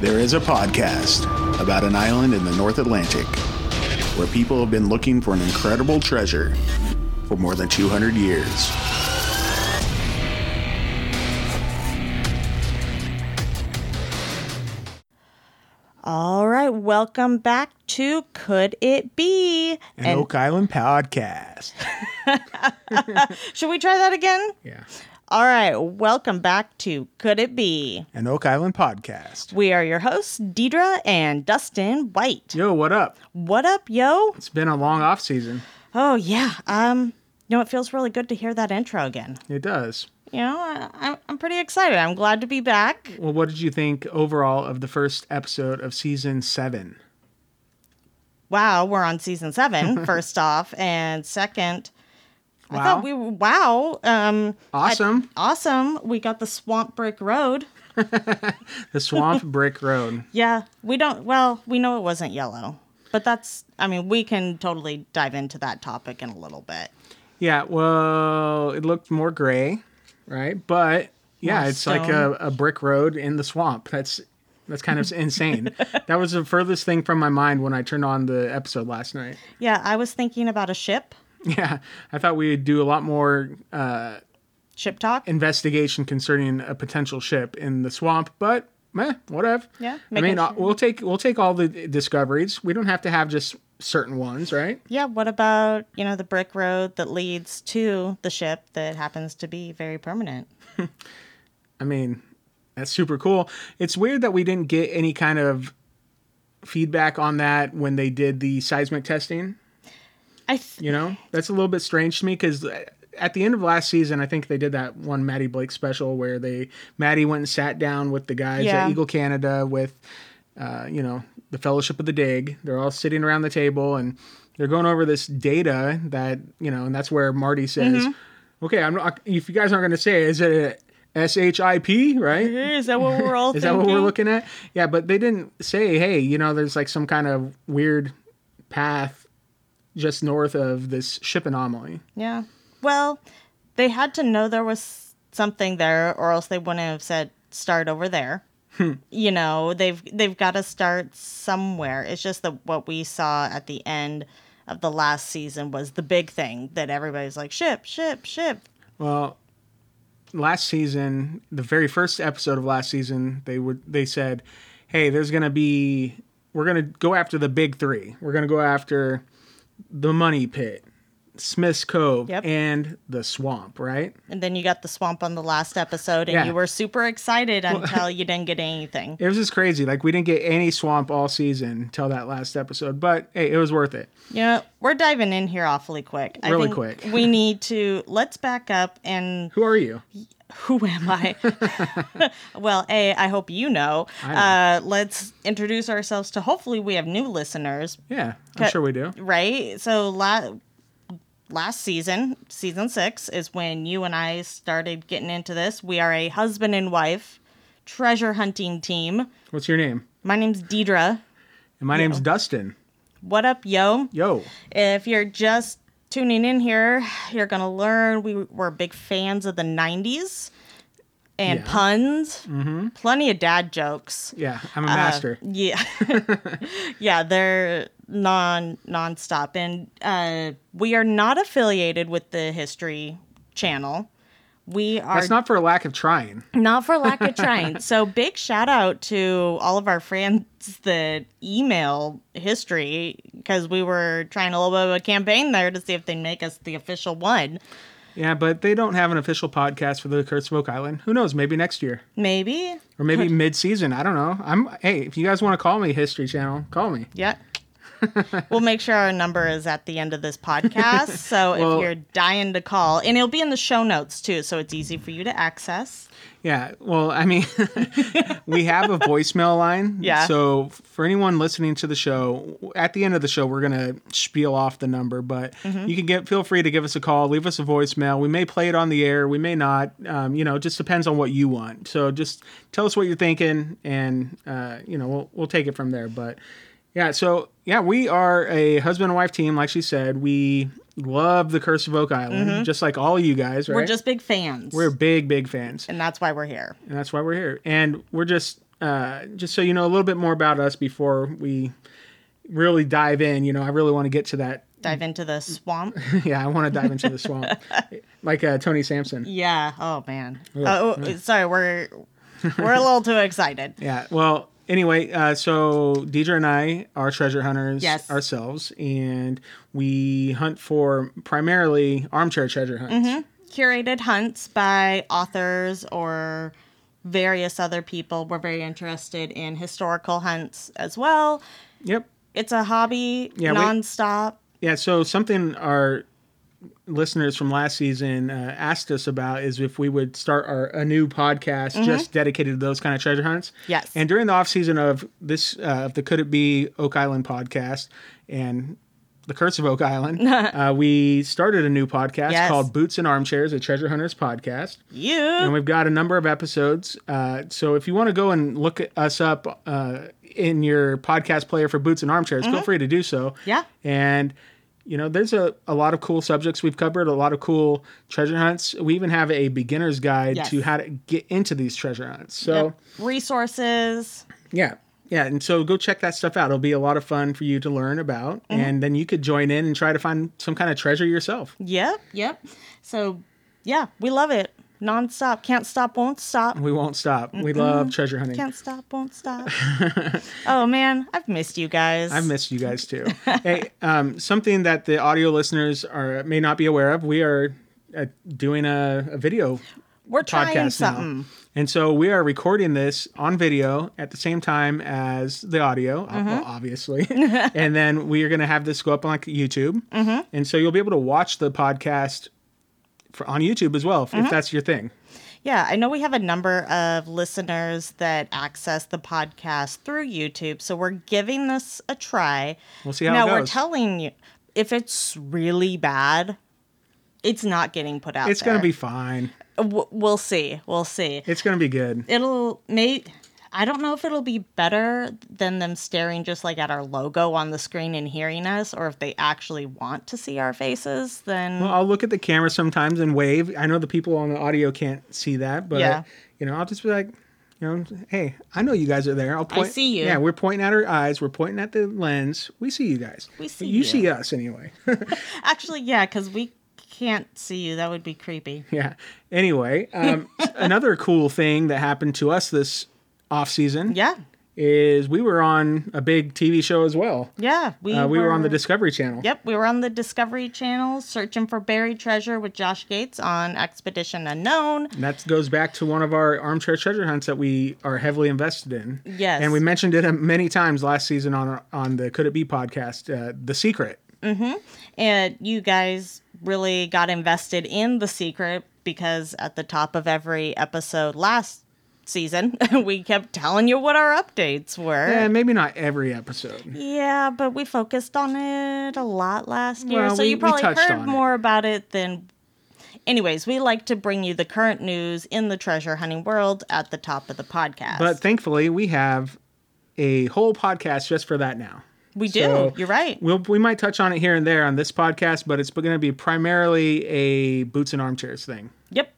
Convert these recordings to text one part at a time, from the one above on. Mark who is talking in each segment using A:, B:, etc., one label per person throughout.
A: There is a podcast about an island in the North Atlantic where people have been looking for an incredible treasure for more than 200 years.
B: All right, welcome back to Could It Be?
C: An Oak Island podcast.
B: Should we try that again?
C: Yeah.
B: All right, welcome back to Could It Be?
C: An Oak Island podcast.
B: We are your hosts, Deidre and Dustin White.
C: Yo, what up?
B: What up, yo?
C: It's been a long off season.
B: Oh, yeah. Um, you know, it feels really good to hear that intro again.
C: It does.
B: You know, I, I'm- I'm pretty excited. I'm glad to be back.
C: Well, what did you think overall of the first episode of season seven?
B: Wow, we're on season seven, first off. And second, I
C: Wow.
B: thought we were, wow. Um,
C: Awesome.
B: awesome. We got the Swamp Brick Road.
C: the Swamp Brick Road.
B: Yeah, we don't. Well, we know it wasn't yellow, but that's. I mean, we can totally dive into that topic in a little bit.
C: Yeah, well, it looked more gray, right? But yeah,
B: More
C: it's like a,
B: stone.
C: a brick road in the swamp. That's that's kind of insane. That was the furthest thing from my mind when I turned on the episode last night.
B: Yeah, I was thinking about a ship,
C: Yeah, I thought we would do a lot more uh,
B: ship talk.
C: investigation concerning a potential ship in the swamp, but meh, whatever.
B: Yeah,
C: I
B: make
C: mean,
B: it-
C: uh, we'll take we'll take all the discoveries. We don't have to have just certain ones, right?
B: yeah, what about you know the brick road that leads to the ship that happens to be very permanent?
C: I mean, that's super cool. It's weird that we didn't get any kind of feedback on that when they did the seismic testing.
B: I th-
C: You know, that's a little bit strange to me because at the end of last season, I think they did that one Maddie Blake special where they Maddie went and sat down with the guys
B: Yeah.
C: at Eagle Canada with, uh, you know, the Fellowship of the Dig. They're all sitting around the table and they're going over this data that you know, and that's where Marty says, "Okay, I'm not. If you guys aren't going to say, it, is it a SHIP, right?
B: is that what we're all
C: Is that
B: thinking?
C: what we're looking at? Yeah, but they didn't say, hey, you know, there's like some kind of weird path just north of this ship anomaly.
B: Yeah. Well, they had to know there was something there, or else they wouldn't have said start over there.
C: Hmm.
B: you know, they've they've got to start somewhere. It's just that what we saw at the end of the last season was the big thing that everybody's like ship, ship, ship.
C: Well, last season, the very first episode of last season, they were they said, "Hey, there's gonna be we're gonna go after the big three. We're gonna go after the Money Pit, Smith's Cove,
B: Yep.
C: and the Swamp." Right?
B: And then you got the swamp on the last episode, and
C: Yeah.
B: you were super excited until you didn't get anything.
C: It was just crazy. Like we didn't get any Swamp all season until that last episode, but hey, it was worth it.
B: You know, we're diving in here awfully quick. I
C: Really
B: think
C: quick.
B: we need to let's back up and
C: Who are you?
B: who am I? well, A, I hope you know. Uh, let's introduce ourselves to hopefully we have new listeners,
C: Yeah, I'm
B: Cut.
C: sure we do.
B: right? So la- last season, season six, is when you and I started getting into this. We are a husband and wife treasure hunting team.
C: What's your name?
B: My name's Deidre.
C: And my name's Dustin.
B: What up, yo?
C: Yo.
B: If you're just tuning in here, you're going to learn we were big fans of the 90s and
C: Yeah.
B: puns, mm-hmm. plenty of dad jokes.
C: Yeah, I'm a master.
B: Yeah. yeah, they're non nonstop and uh we are not affiliated with the History Channel. We are
C: That's not for a lack of trying.
B: not for lack of trying. So big shout out to all of our friends that email history because we were trying a little bit of a campaign there to see if they make us the official one.
C: Yeah, but they don't have an official podcast for the Curse of Oak Island. Who knows? Maybe next year.
B: Maybe.
C: Or maybe mid season. I don't know. I'm hey, if you guys want to call me History Channel, call me.
B: Yeah. we'll make sure our number is at the end of this podcast. So
C: Well-
B: if you're dying to call, and it'll be in the show notes too, so it's easy for you to access.
C: Yeah. Well, I mean we have a voicemail line.
B: Yeah.
C: So for anyone listening to the show, at the end of the show we're gonna spiel off the number, but
B: Mm-hmm.
C: you can get feel free to give us a call, leave us a voicemail. We may play it on the air, we may not. Um, you know, it just depends on what you want. So just tell us what you're thinking and uh, you know, we'll we'll take it from there. But Yeah, so yeah, we are a husband and wife team, like she said. We love the Curse of Oak Island, just like all you guys, right?
B: We're Mm-hmm. just big fans.
C: we're big, big fans,
B: and that's why we're here.
C: and that's why we're here. And we're just uh, just so you know a little bit more about us before we really dive in. You know, I really want to get to that.
B: Dive into the swamp.
C: yeah, I want to dive into the swamp, like uh, Tony Sampson.
B: Yeah. Oh man. Oh, oh, sorry. We're we're a little too excited.
C: Yeah. Well, anyway, uh, so Deidre and I are treasure hunters
B: Yes.
C: ourselves, and we hunt for primarily armchair treasure hunts.
B: Curated hunts by authors or various other people. We're very interested in historical hunts as well.
C: Yep.
B: It's a hobby,
C: Yeah, we-
B: nonstop.
C: Yeah, so something our listeners from last season uh, asked us about is if we would start our, a new podcast just dedicated to those kind of treasure hunts.
B: Mm-hmm. Yes.
C: And during the off season of this uh, of the Could It Be Oak Island podcast and the Curse of Oak Island, uh, we started a new podcast
B: Yes.
C: called Boots and Armchairs, a treasure hunters podcast. And
B: You.
C: we've got a number of episodes. Uh, so if you want to go and look at us up uh, in your podcast player for Boots and Armchairs, feel free to do so.
B: Mm-hmm. Yeah.
C: And, you know, there's a, a lot of cool subjects we've covered, a lot of cool treasure hunts. We even have a beginner's guide
B: Yes.
C: to how to get into these treasure hunts. So,
B: Resources.
C: yeah. Yeah, and so go check that stuff out. It'll be a lot of fun for you to learn about, and then you could join in and try to find some kind of treasure yourself.
B: Yep. Yep. So, yeah, we love it. Nonstop. Can't stop, won't stop.
C: We won't stop. We love treasure hunting.
B: Can't stop, won't stop. oh man, I've missed you guys.
C: I miss you guys too. hey, um, something that the audio listeners are may not be aware of, we are uh, doing a, a video
B: We're trying
C: podcast now.
B: something.
C: And so we are recording this on video at the same time as the audio, ob-
B: Mm-hmm.
C: obviously. and then we are going to have this go up on like YouTube.
B: Mm-hmm.
C: And so you'll be able to watch the podcast for, on YouTube as well, if,
B: Mm-hmm.
C: if that's your thing.
B: Yeah, I know we have a number of listeners that access the podcast through YouTube, so we're giving this a try.
C: We'll see how
B: now
C: it goes.
B: we're telling you if it's really bad, it's not getting put out.
C: it's going to be fine.
B: W- we'll see. We'll see.
C: It's going to be good.
B: It'll may. I don't know if it'll be better than them staring just like at our logo on the screen and hearing us, or if they actually want to see our faces. Then
C: I'll look at the camera sometimes and wave. I know the people on the audio can't see that, but
B: Yeah.
C: you know, I'll just be like, you know, hey, I know you guys are there. I'll point.
B: see you.
C: Yeah, we're pointing at our eyes. We're pointing at the lens. We see you guys.
B: We see
C: you.
B: you.
C: see us anyway.
B: actually, yeah, because we can't see you. That would be creepy.
C: yeah. Anyway, um, another cool thing that happened to us this off season
B: Yeah,
C: is we were on a big TV show as well.
B: yeah. We
C: Uh, we were on the Discovery Channel.
B: Yep, we were on the Discovery Channel searching for buried treasure with Josh Gates on Expedition Unknown.
C: And that goes back to one of our armchair treasure hunts that we are heavily invested in.
B: Yes.
C: And we mentioned it uh, many times last season on our, on the Could It Be podcast, uh, The Secret.
B: And you guys really got invested in the secret because at the top of every episode last season, we kept telling you what our updates
C: Eh,
B: were.
C: maybe not every episode.
B: yeah, but we focused on it a lot last year.
C: Well,
B: so
C: we-
B: you
C: we
B: probably
C: touched
B: heard
C: on it.
B: more about it than. Anyways, we like to bring you the current news in the treasure hunting world at the top of the podcast.
C: But thankfully, we have a whole podcast just for that now.
B: we do.
C: so-
B: You're right.
C: We'll, we might touch on it here and there on this podcast, but it's going to be primarily a boots and armchairs thing.
B: Yep.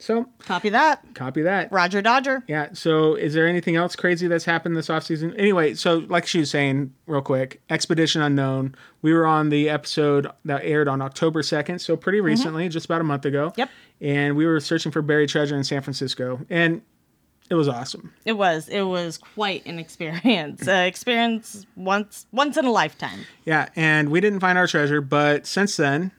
C: So
B: Copy that.
C: copy that.
B: Roger Dodger.
C: Yeah. So, is there anything else crazy that's happened this offseason? Anyway, so like she was saying, real quick, Expedition Unknown. We were on the episode that aired on October second, so pretty recently, just about a month ago.
B: Mm-hmm. Yep.
C: And we were searching for buried treasure in San Francisco, and it was awesome.
B: It was. It was quite an experience. Uh, experience once once in a lifetime.
C: Yeah. And we didn't find our treasure, but since then,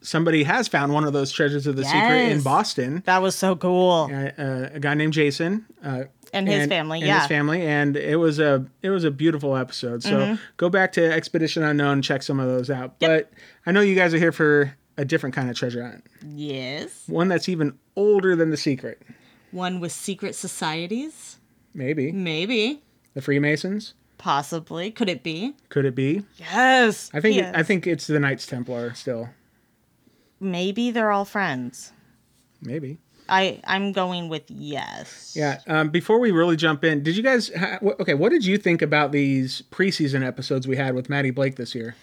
C: somebody has found one of those treasures of the secret in
B: Yes.
C: Boston.
B: That was so cool.
C: uh, a guy named Jason uh,
B: And his family,
C: and
B: yeah.
C: his family, and it was a it was a beautiful episode. So
B: Mm-hmm.
C: go back to Expedition Unknown, check some of those out. But I know you guys are here for a different kind of treasure hunt,
B: Yes.
C: one that's even older than the secret,
B: One with secret societies.
C: maybe
B: Maybe.
C: the Freemasons.
B: Possibly. Could it be?
C: Could it be?
B: Yes.
C: I think
B: Yes.
C: I think it's the Knights Templar still,
B: maybe they're all friends.
C: maybe.
B: I I'm going with yes.
C: Yeah. Um, before we really jump in, did you guys? Ha- wh- okay, what did you think about these preseason episodes we had with Maddie Blake this year?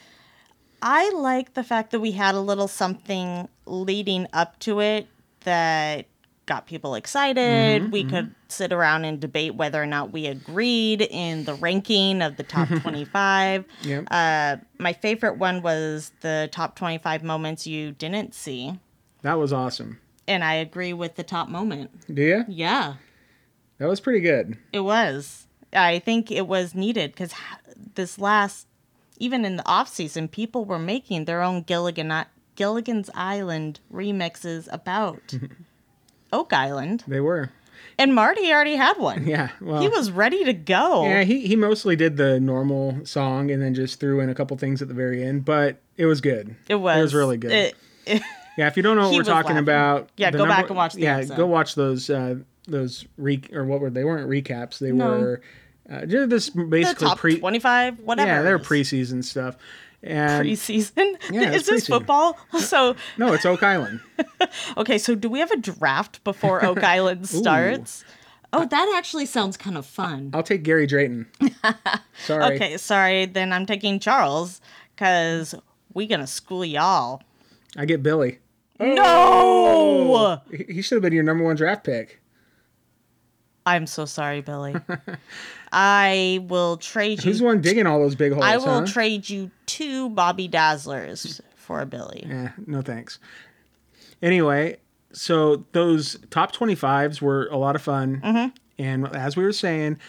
B: I like the fact that we had a little something leading up to it that got people excited. we could sit around and debate whether or not we agreed in the ranking of the top 25.
C: Yep.
B: Uh, my favorite one was the top 25 moments you didn't see.
C: That was awesome.
B: And I agree with the top moment.
C: Do you?
B: Yeah,
C: That was pretty good.
B: it was. I think it was needed because this last, even in the off season, people were making their own Gilligan Gilligan's Island remixes about Oak Island,
C: They were.
B: and Marty already had one.
C: Yeah. Well.
B: He was ready to go.
C: Yeah, he, he mostly did the normal song and then just threw in a couple things at the very end, but it was good.
B: it was.
C: It was really good.
B: It-
C: yeah, if you don't know what
B: he
C: we're
B: was
C: talking
B: laughing.
C: about,
B: Yeah,
C: the
B: go back and watch the
C: yeah,
B: episode.
C: go watch those uh, those re or what were they? Weren't recaps? They
B: No.
C: were uh, ju- this
B: the
C: basically
B: top
C: pre.
B: 25, whatever.
C: yeah, they're
B: it is.
C: preseason stuff. And
B: Preseason?
C: Yeah, it's
B: is this
C: preseason.
B: football? So,
C: no, it's Oak Island.
B: okay, so do we have a draft before Oak Island starts? Oh, that actually sounds kind of fun.
C: I'll take Gary Drayton. Sorry.
B: Okay, sorry. Then I'm taking Charles because we gonna school y'all.
C: I get Billy. Oh.
B: No,
C: He- He should have been your number one draft pick.
B: I'm so sorry, Billy. I will trade
C: He's the
B: you.
C: one digging all those big holes.
B: I will
C: huh?
B: trade you two Bobby Dazzlers for Billy.
C: Yeah, Eh, no thanks. Anyway, so those top 25s were a lot of fun.
B: Mm-hmm.
C: And as we were saying,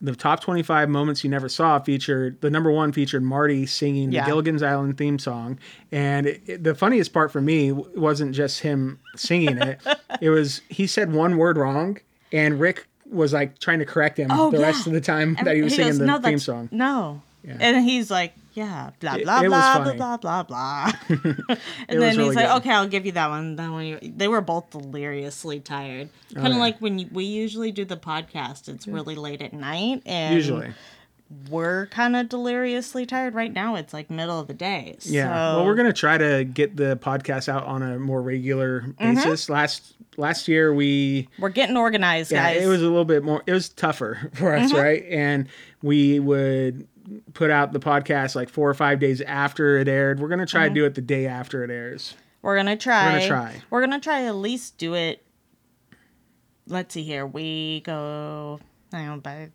C: the top 25 moments you never saw featured the number one featured Marty singing
B: Yeah.
C: the Gilligan's Island theme song. And it, it- the funniest part for me w- wasn't just him singing it, it was he said one word wrong, and Rick was like trying to correct him
B: Oh,
C: the
B: yeah.
C: rest of the time that he was singing the theme
B: that's- Mm-hmm.
C: song.
B: No. And he's like, yeah, blah,
C: It-
B: blah,
C: it was
B: blah, blah,
C: funny.
B: blah, blah, blah.
C: It
B: and
C: was
B: then he's
C: really
B: like,
C: good.
B: okay, I'll give you that one. That one. you- They were both deliriously tired. Kind of
C: Oh, yeah.
B: like when you, we usually do the podcast, it's really late at night. And
C: Usually.
B: we're kind of deliriously tired. Right now, it's like middle of the day.
C: Yeah.
B: So,
C: Well, we're gonna try to get the podcast out on a more regular
B: Mm-hmm.
C: basis. Last last year we
B: we're getting organized,
C: yeah,
B: guys. Mm-hmm.
C: it was a little bit more it was tougher for us, right? And we would put out the podcast like four or five days after it aired. We're gonna try
B: Mm-hmm.
C: to do it the day after it airs.
B: We're gonna try.
C: try.
B: We're gonna try at least do it. Let's see here. We go. I don't by.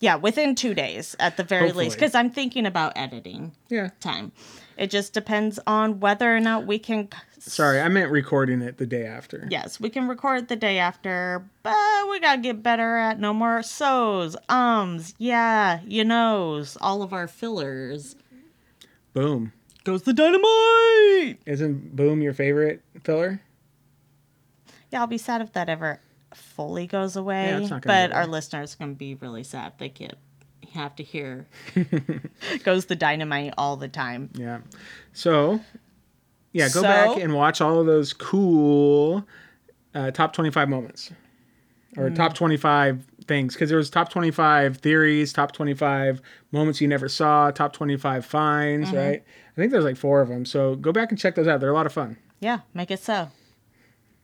B: Yeah, within two days at the very least,
C: Hopefully.
B: because I'm thinking about editing
C: Yeah.
B: time. It just depends on whether or not we can.
C: Sorry, I meant recording it the day after.
B: Yes, we can record the day after, but we gotta get better at no more so's, ums, yeah, you knows, all of our fillers.
C: Boom.
B: Goes the dynamite.
C: Isn't boom your favorite filler?
B: Yeah, I'll be sad if that ever fully goes away.
C: Yeah, it's not gonna
B: but
C: go
B: our
C: away.
B: listeners can be really sad. if They get have to hear goes the dynamite all the time.
C: Yeah. So, yeah, go
B: So-
C: back and watch all of those cool uh, top 25 moments or
B: Mm.
C: top 25 things because there was top 25 theories, top 25 moments you never saw, top 25 finds,
B: Mm-hmm.
C: right? I think there's like four of them. So go back and check those out. They're a lot of fun.
B: Yeah, make it so.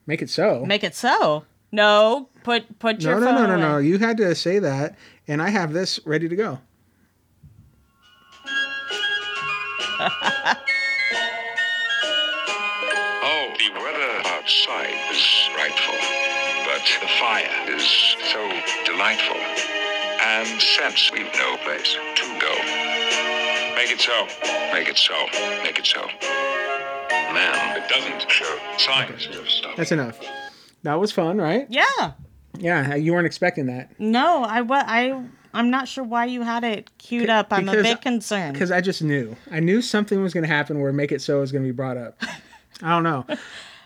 C: Make it so.
B: Make it so. No, put put
C: no,
B: your
C: no,
B: phone
C: no, no, no.
B: away.
C: You had to say that, and I have this ready to go.
D: Oh, the weather outside is frightful, but the fire is so delightful. And since we've no place to go, make it so, make it so, make it so. Man, it doesn't show signs of stuff.
C: That's enough. That was fun, right?
B: Yeah.
C: Yeah, you weren't expecting that.
B: No, I wa- I I'm not sure why you had it queued up. I'm a
C: because-
B: bit concerned.
C: because I just knew. I knew something was going to happen where Make It So was going to be brought up. I don't know.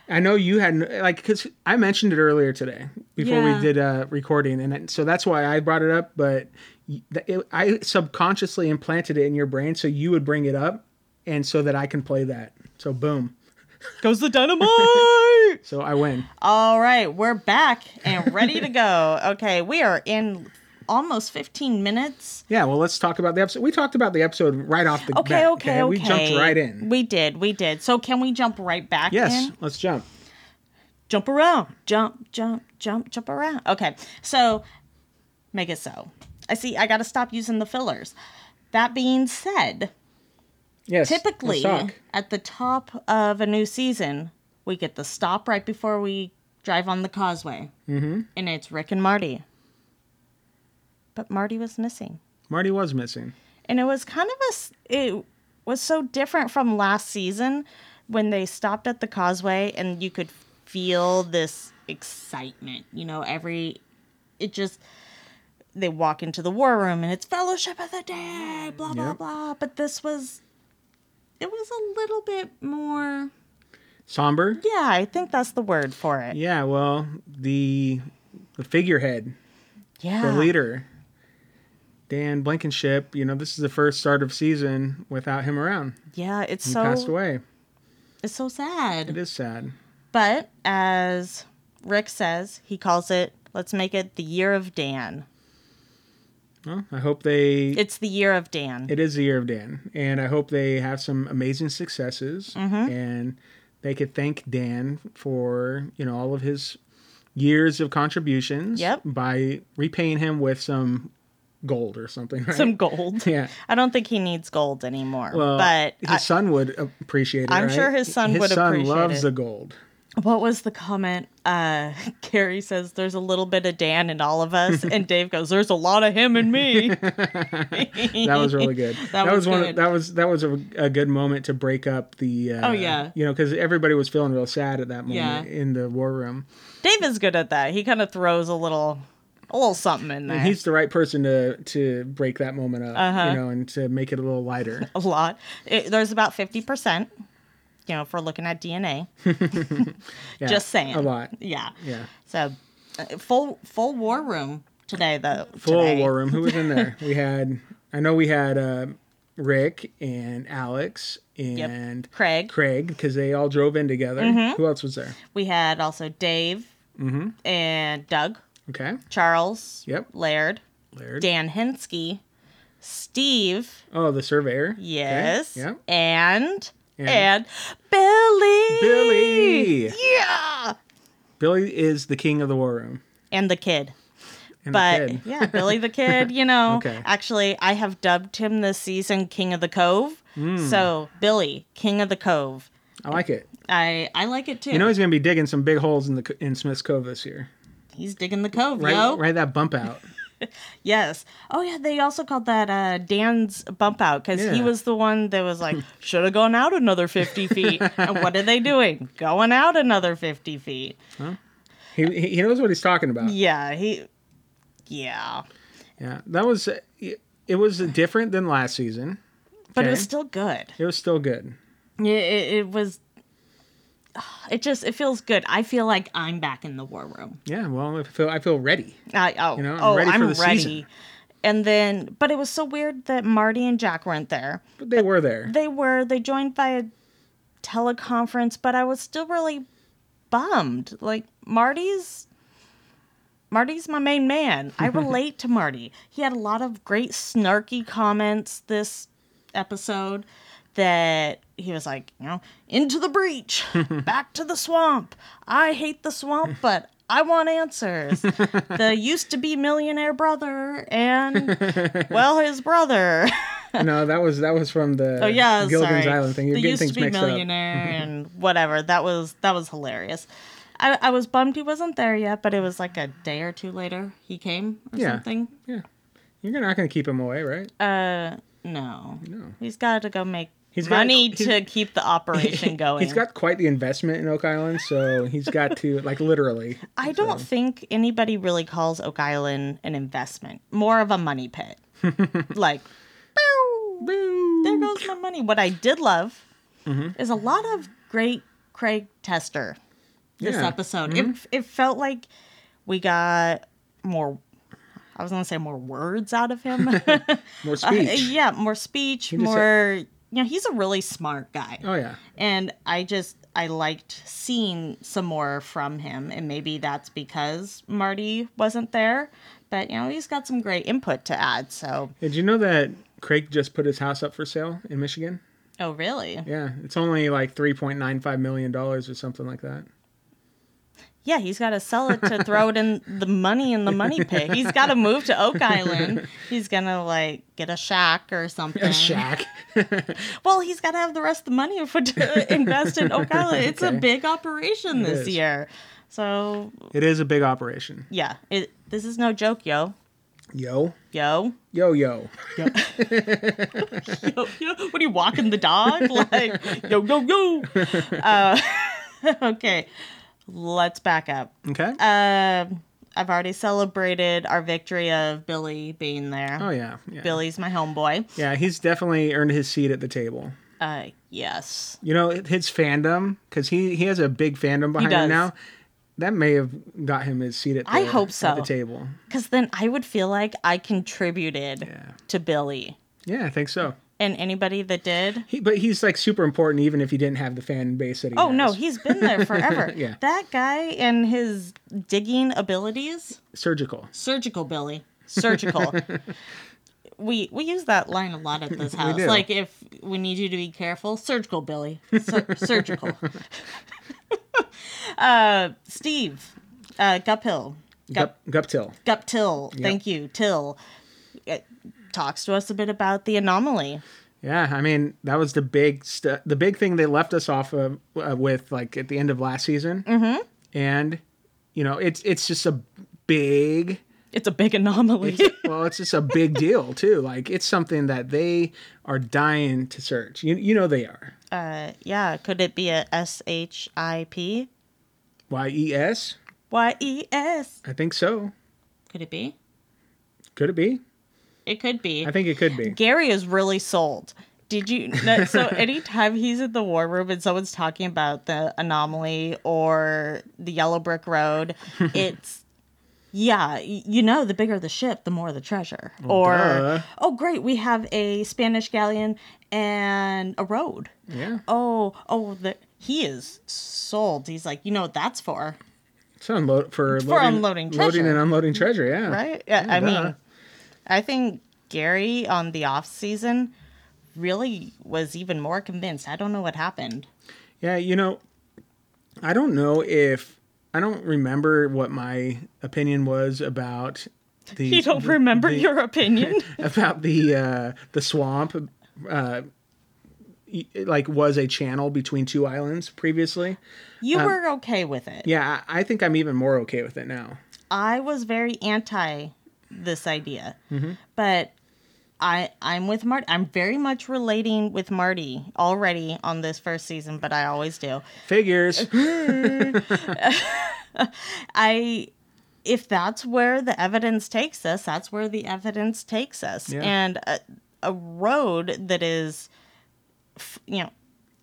C: I know you had like because I mentioned it earlier today before
B: Yeah.
C: we did uh, recording, and so that's why I brought it up. But y- th- it, I subconsciously implanted it in your brain so you would bring it up, and so that I can play that. So boom.
B: goes the dynamite.
C: So I win.
B: All right, we're back and ready to go. Okay, we are in almost 15 minutes.
C: Yeah. Well, let's talk about the episode. We talked about the episode right off the
B: Okay,
C: bat,
B: okay, okay.
C: We jumped right in.
B: We did, we did. So can we jump right back
C: Yes.
B: in?
C: Let's jump.
B: Jump around, jump, jump, jump, jump around. Okay, so make it so. I see, I got to stop using the fillers. That being said,
C: Yes. let's
B: typically
C: talk.
B: at the top of a new season, we get the stop right before we Drive on the Causeway. Mm-hmm. And it's Rick and Marty. But Marty was missing.
C: Marty was missing.
B: and it was kind of a s- it was so different from last season when they stopped at the causeway and you could feel this excitement you know every it just they walk into the war room and it's fellowship of the day blah blah
C: Yep.
B: blah but this was it was a little bit more
C: Somber.
B: yeah i think that's the word for it
C: Yeah, well, the the figurehead,
B: yeah
C: the leader, Dan Blankenship. You know, this is the first start of season without him around.
B: yeah it's
C: He passed
B: so
C: away.
B: it's so sad
C: It is sad.
B: But as Rick says, he calls it, let's make it the year of Dan.
C: Well, I hope they.
B: It's the year of Dan.
C: it is the year of Dan, and I hope they have some amazing successes,
B: Mm-hmm.
C: and they could thank Dan for you know all of his years of contributions.
B: Yep.
C: By repaying him with some gold or something. Right?
B: Some gold.
C: Yeah.
B: I don't think he needs gold anymore.
C: Well,
B: but
C: his
B: I-
C: son would appreciate it.
B: I'm
C: right?
B: sure his son would
C: son
B: appreciate
C: loves
B: it.
C: the gold.
B: what was the comment? Uh, Carrie says, there's a little bit of Dan in all of us. and Dave goes, there's a lot of him in me.
C: That was really good.
B: That was
C: was, one.
B: good.
C: Of, that was that was a, a good moment to break up the. Uh,
B: Oh, yeah.
C: You know, because everybody was feeling real sad at that moment
B: Yeah.
C: in the war room.
B: Dave is good at that. He kind of throws a little, a little something in there.
C: And he's the right person to to break that moment up.
B: Uh-huh.
C: You know, and to make it a little lighter.
B: a lot. It, there's about 50%, you know, if we're looking at DNA.
C: Yeah,
B: Just saying.
C: A lot.
B: Yeah.
C: Yeah.
B: So uh, full full war room today though.
C: Full
B: today.
C: war room. Who was in there? We had. I know we had uh, Rick and Alex and
B: Craig. Mm-hmm.
C: Craig because they all drove in together. Who else was there?
B: We had also Dave and Doug,
C: Okay.
B: Charles,
C: Mm-hmm. Yep.
B: Laird,
C: Laird.
B: Dan Hensky, Steve,
C: Oh, the surveyor. Okay.
B: yes,
C: Yeah.
B: and,
C: And-
B: and Billy.
C: Billy.
B: Yeah.
C: Billy is the king of the war room.
B: And the kid.
C: And
B: But
C: the kid.
B: yeah, Billy the Kid, you know.
C: Okay.
B: Actually, I have dubbed him this season King of the Cove.
C: Mm.
B: So, Billy, King of the Cove.
C: I like it.
B: I I like it too.
C: You know he's gonna be digging some big holes in the co- in Smith's Cove this year.
B: He's digging the cove,
C: Right,
B: yo.
C: right. That bump out.
B: Yes. Oh yeah, they also called that uh, Dan's bump out because he
C: Yeah.
B: was the one that was like, should have gone out another fifty feet. and what are they doing? Going out another fifty feet.
C: He he he knows what he's talking about.
B: Yeah, he. Yeah,
C: Yeah, that was it was different than last season.
B: but it
C: Okay.
B: was still good.
C: It was still good.
B: It, it, it was. It just it feels good. I feel like I'm back in the war room.
C: Yeah. Well, I feel I feel ready.
B: I, oh,
C: know, I'm
B: oh,
C: ready for
B: I'm
C: the
B: ready.
C: season.
B: And then, but it was so weird that Marty and Jack weren't there.
C: But they were there.
B: They were. They joined via teleconference, but I was still really bummed. Like Marty's Marty's my main man. I relate to Marty. He had a lot of great snarky comments this episode that he was like, you know, into the breach, back to the swamp. I hate the swamp, but I want answers. the used to be millionaire brother and well his brother.
C: no, that was that was from the
B: Oh yeah,
C: Gilligan's
B: sorry.
C: Island thing. You're
B: They
C: getting
B: used
C: things
B: to be
C: mixed up.
B: millionaire and whatever. That was that was hilarious. I, I was bummed he wasn't there yet, but it was like a day or two later he came or
C: Yeah.
B: something.
C: You're not gonna keep him away, right?
B: Uh, no, no, he's got to go make
C: He's got-
B: money
C: he's-
B: to keep the operation going.
C: He's got quite the investment in Oak Island, so he's got to like literally.
B: I don't think anybody really calls Oak Island an investment, more of a money pit. like, bow, there goes my money. What I did love
C: Mm-hmm.
B: is a lot of great Craig Tester this
C: Yeah. Mm-hmm.
B: episode. It, it felt like we got more, I was going to say more words out of him.
C: More speech.
B: Uh, yeah, more speech,
C: just
B: more, you know, he's a really smart guy
C: Oh yeah.
B: and I just I liked seeing some more from him, and maybe that's because Marty wasn't there. But you know, he's got some great input to add. So,
C: Did you know that Craig just put his house up for sale in Michigan?
B: oh really?
C: Yeah, it's only like three point nine five million dollars or something like that.
B: Yeah, he's got to sell it to throw it in the money in the money pit. He's got to move to Oak Island. He's gonna like get a shack or something.
C: A shack.
B: Well, he's got to have the rest of the money for to invest in Oak Island. It's a big operation this
C: is.
B: year. So
C: It is a big operation.
B: yeah, it, this is no joke, yo,
C: Yo,
B: yo.
C: yo, yo.
B: yo, yo. What are you walking the dog? Like, yo, yo, yo. Uh, okay, let's back up.
C: Okay.
B: Um, I've already celebrated our victory of Billy being there.
C: oh yeah, yeah.
B: Billy's my homeboy.
C: Yeah, he's definitely earned his seat at the table.
B: Uh, yes.
C: You know his fandom because he he has a big fandom behind him
B: does.
C: now. That may have got him his seat at the,
B: I hope
C: at
B: so.
C: the table.
B: Because then I would feel like I contributed
C: Yeah.
B: to Billy.
C: Yeah, I think so.
B: And anybody that did.
C: He, but he's like super important, even if he didn't have the fan base that he
B: Oh, no,
C: has.
B: he's been there forever.
C: Yeah.
B: That guy and his digging abilities,
C: surgical.
B: surgical Billy, surgical. we we use that line a lot at this house.
C: do.
B: Like if we need you to be careful, surgical Billy, Sur- surgical. uh, Steve, uh, Guphill,
C: Gup, Guptil.
B: Guptill, thank you, Till, it talks to us a bit about the anomaly.
C: Yeah, I mean that was the big stu- the big thing they left us off of, uh, with like at the end of last season, mm-hmm. and you know it's it's just a big
B: It's a big anomaly.
C: well, it's just a big deal too. Like it's something that they are dying to search. You you know they are.
B: uh, yeah, could it be a S H I P
C: Y E S.
B: Y E S?
C: I think so.
B: Could it be?
C: Could it be?
B: It could be.
C: I think it could be.
B: Gary is really sold. Did you no, so anytime he's in the war room and someone's talking about the anomaly or the yellow brick road, it's yeah, y- you know, the bigger the ship, the more the treasure. or
C: duh.
B: oh great, we have a Spanish galleon and a road.
C: Yeah.
B: Oh, oh the he is sold. He's like, you know what that's for,
C: It's unload for
B: for
C: loading-
B: unloading
C: loading
B: treasure.
C: and unloading treasure. Yeah.
B: right? Yeah, I
C: duh.
B: mean, I think Gary on the off season really was even more convinced. I don't know what happened.
C: Yeah. You know, I don't know if I don't remember what my opinion was about the
B: You don't remember your opinion?
C: about the uh, the swamp. Uh, y- like was a channel between two islands previously.
B: You were okay with it.
C: Um, Yeah, I I think I'm even more okay with it now.
B: I was very anti this idea,
C: Mm-hmm.
B: but I I'm with Marty. I'm very much relating with Marty already on this first season, but I always do.
C: Figures.
B: I if that's where the evidence takes us, that's where the evidence takes us.
C: Yeah.
B: And a, a road that is, f- you know,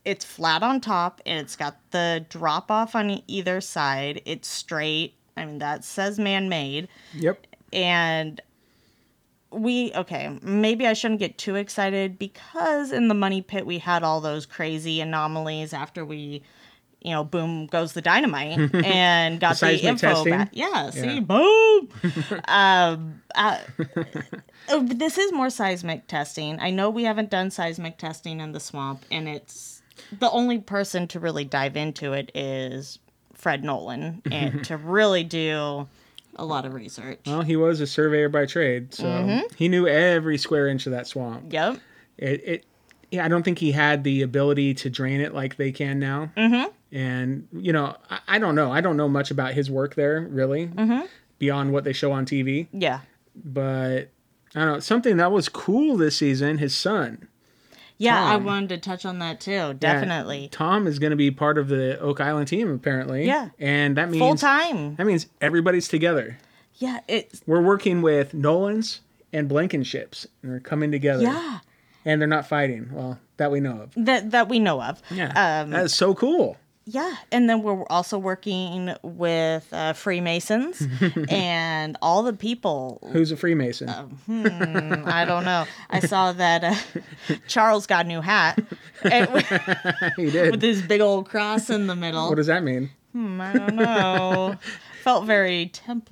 B: it's flat on top and it's got the drop off on e-, either side. It's straight. I mean, that says man made.
C: yep.
B: And we, okay, maybe I shouldn't get too excited because in the money pit we had all those crazy anomalies after we, you know, boom goes the dynamite and got the,
C: seismic
B: info
C: testing?
B: back. Yeah, see,
C: Yeah.
B: boom. um, uh, oh, but this is more seismic testing. I know we haven't done seismic testing in the swamp, and it's the only person to really dive into it is Fred Nolan and to really do a lot of research.
C: Well, he was a surveyor by trade, so
B: Mm-hmm.
C: he knew every square inch of that swamp.
B: Yep.
C: It, it, yeah, I don't think he had the ability to drain it like they can now. Mm-hmm. And you know, I, I don't know. I don't know much about his work there, really, beyond what they show on TV.
B: Yeah.
C: But I don't know. Something that was cool this season. His son,
B: Yeah, I
C: Tom.
B: wanted to touch on that too.
C: Yeah,
B: Definitely.
C: Tom is going to be part of the Oak Island team, apparently.
B: Yeah.
C: and that means
B: Full time.
C: That means everybody's together.
B: Yeah, it's
C: we're working with Nolan's and Blankenships, and they're coming together.
B: yeah.
C: And they're not fighting. Well, that we know of.
B: That that we know of.
C: Yeah.
B: Um,
C: that is so cool.
B: yeah, and then we're also working with uh, Freemasons and all the people.
C: Who's a Freemason?
B: I don't know. I saw that uh, Charles got a new hat and with
C: he did.
B: this big old cross in the middle.
C: what does that mean?
B: Hmm, I don't know. Felt very